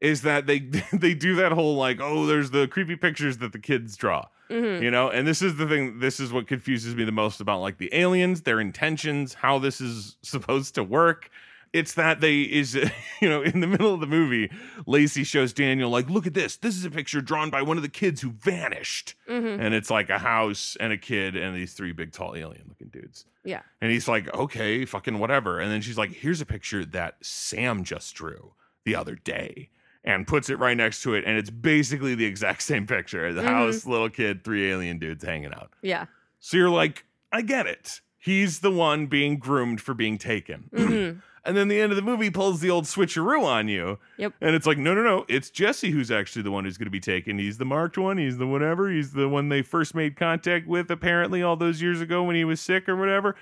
[SPEAKER 1] is that they they do that whole like, oh, there's the creepy pictures that the kids draw,
[SPEAKER 2] Mm-hmm.
[SPEAKER 1] you know. And this is the thing. This is what confuses me the most about like the aliens, their intentions, how this is supposed to work. It's that they is you know in the middle of the movie, Lacey shows Daniel like, look at this. This is a picture drawn by one of the kids who vanished
[SPEAKER 2] Mm-hmm.
[SPEAKER 1] and it's like a house and a kid and these three big tall alien looking dudes.
[SPEAKER 2] Yeah.
[SPEAKER 1] And he's like, okay, fucking whatever. And then she's like, here's a picture that Sam just drew the other day and puts it right next to it. And it's basically the exact same picture the
[SPEAKER 2] Mhm.
[SPEAKER 1] house, little kid, three alien dudes hanging out.
[SPEAKER 2] Yeah.
[SPEAKER 1] So you're like, I get it. He's the one being groomed for being taken.
[SPEAKER 2] Mm-hmm.
[SPEAKER 1] And then the end of the movie pulls the old switcheroo on you.
[SPEAKER 2] Yep.
[SPEAKER 1] And it's like, no, no, no. It's Jesse who's actually the one who's going to be taken. He's the marked one. He's the whatever. He's the one they first made contact with, apparently, all those years ago when he was sick or whatever.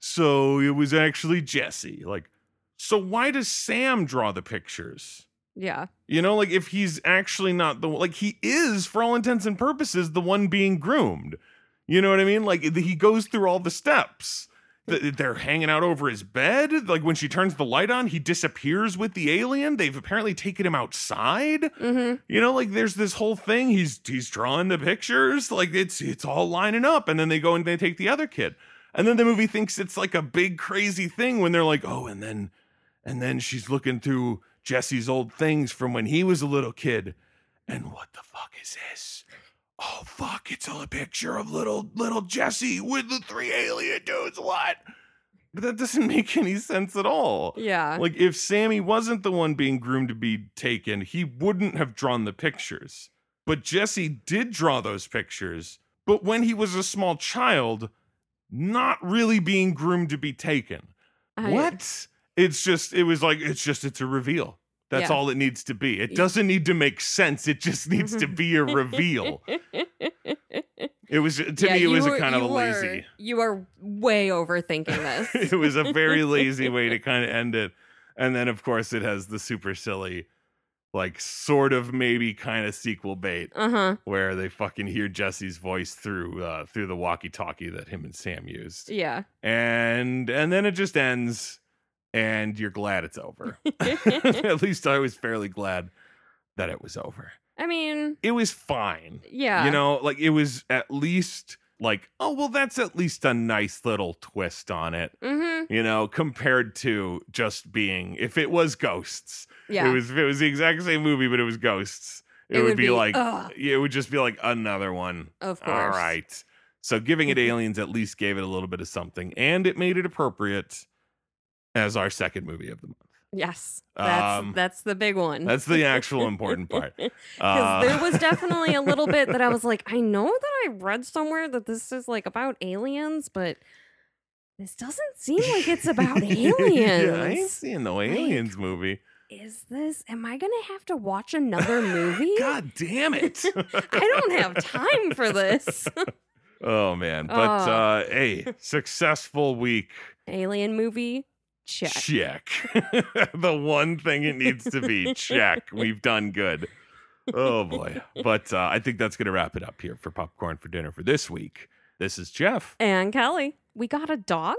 [SPEAKER 1] So it was actually Jesse. Like, so why does Sam draw the pictures?
[SPEAKER 2] yeah.
[SPEAKER 1] You know, like if he's actually not the like he is for all intents and purposes the one being groomed. You know what I mean? Like he goes through all the steps. Th- They're hanging out over his bed. Like when she turns the light on, he disappears with the alien. They've apparently taken him outside.
[SPEAKER 2] Mm-hmm.
[SPEAKER 1] You know, like there's this whole thing. He's he's drawing the pictures. Like it's it's all lining up, and then they go and they take the other kid, and then the movie thinks it's like a big crazy thing when they're like, oh, and then, and then she's looking through Jesse's old things from when he was a little kid, and what the fuck is this? Oh fuck! It's a picture of little little Jesse with the three alien dudes. What? But that doesn't make any sense at all.
[SPEAKER 2] Yeah.
[SPEAKER 1] Like if Sammy wasn't the one being groomed to be taken, he wouldn't have drawn the pictures. But Jesse did draw those pictures, but when he was a small child, not really being groomed to be taken.
[SPEAKER 2] I-
[SPEAKER 1] what? It's just it was like it's just it's a reveal. That's
[SPEAKER 2] Yeah.
[SPEAKER 1] all it needs to be. It
[SPEAKER 2] Y-
[SPEAKER 1] doesn't need to make sense. It just needs to be a reveal. It was to
[SPEAKER 2] Yeah,
[SPEAKER 1] me it
[SPEAKER 2] you
[SPEAKER 1] was a
[SPEAKER 2] were-
[SPEAKER 1] kind of a
[SPEAKER 2] you were-
[SPEAKER 1] lazy.
[SPEAKER 2] You are way overthinking this.
[SPEAKER 1] it was a very lazy way to kind of end it. And then, of course, it has the super silly, like, sort of maybe kind of sequel bait
[SPEAKER 2] Uh huh.
[SPEAKER 1] where they fucking hear Jesse's voice through uh, through the walkie-talkie that him and Sam used,
[SPEAKER 2] Yeah.
[SPEAKER 1] and and then it just ends, and you're glad it's over. At least I was fairly glad that it was over.
[SPEAKER 2] I mean,
[SPEAKER 1] It was fine.
[SPEAKER 2] yeah.
[SPEAKER 1] You know, like it was at least like, oh well, that's at least a nice little twist on it
[SPEAKER 2] Mm-hmm.
[SPEAKER 1] you know, compared to just being if it was ghosts.
[SPEAKER 2] Yeah.
[SPEAKER 1] It was if it was the exact same movie, but it was ghosts. It, would, be, like
[SPEAKER 2] "Ugh,"
[SPEAKER 1] it would just be like another one.
[SPEAKER 2] of course.
[SPEAKER 1] All right. So giving it
[SPEAKER 2] Mhm.
[SPEAKER 1] aliens at least gave it a little bit of something, and it made it appropriate as our second movie of the month.
[SPEAKER 2] Yes. That's
[SPEAKER 1] Um,
[SPEAKER 2] that's the big one.
[SPEAKER 1] That's the actual important part. Uh,
[SPEAKER 2] Because there was definitely a little bit that I was like, I know that I read somewhere that this is like about aliens, but this doesn't seem like it's about aliens.
[SPEAKER 1] yeah, I ain't seeing no aliens movie.
[SPEAKER 2] is this? Am I going to have to watch another movie?
[SPEAKER 1] God damn it.
[SPEAKER 2] I don't have time for this.
[SPEAKER 1] oh man. But
[SPEAKER 2] Oh.
[SPEAKER 1] uh hey, successful week.
[SPEAKER 2] Alien movie? Check.
[SPEAKER 1] Check. the one thing it needs to be. Check. We've done good. Oh boy. But uh, I think that's gonna wrap it up here for popcorn for dinner for this week. This is Jeff.
[SPEAKER 2] And Kelly, we got a dog?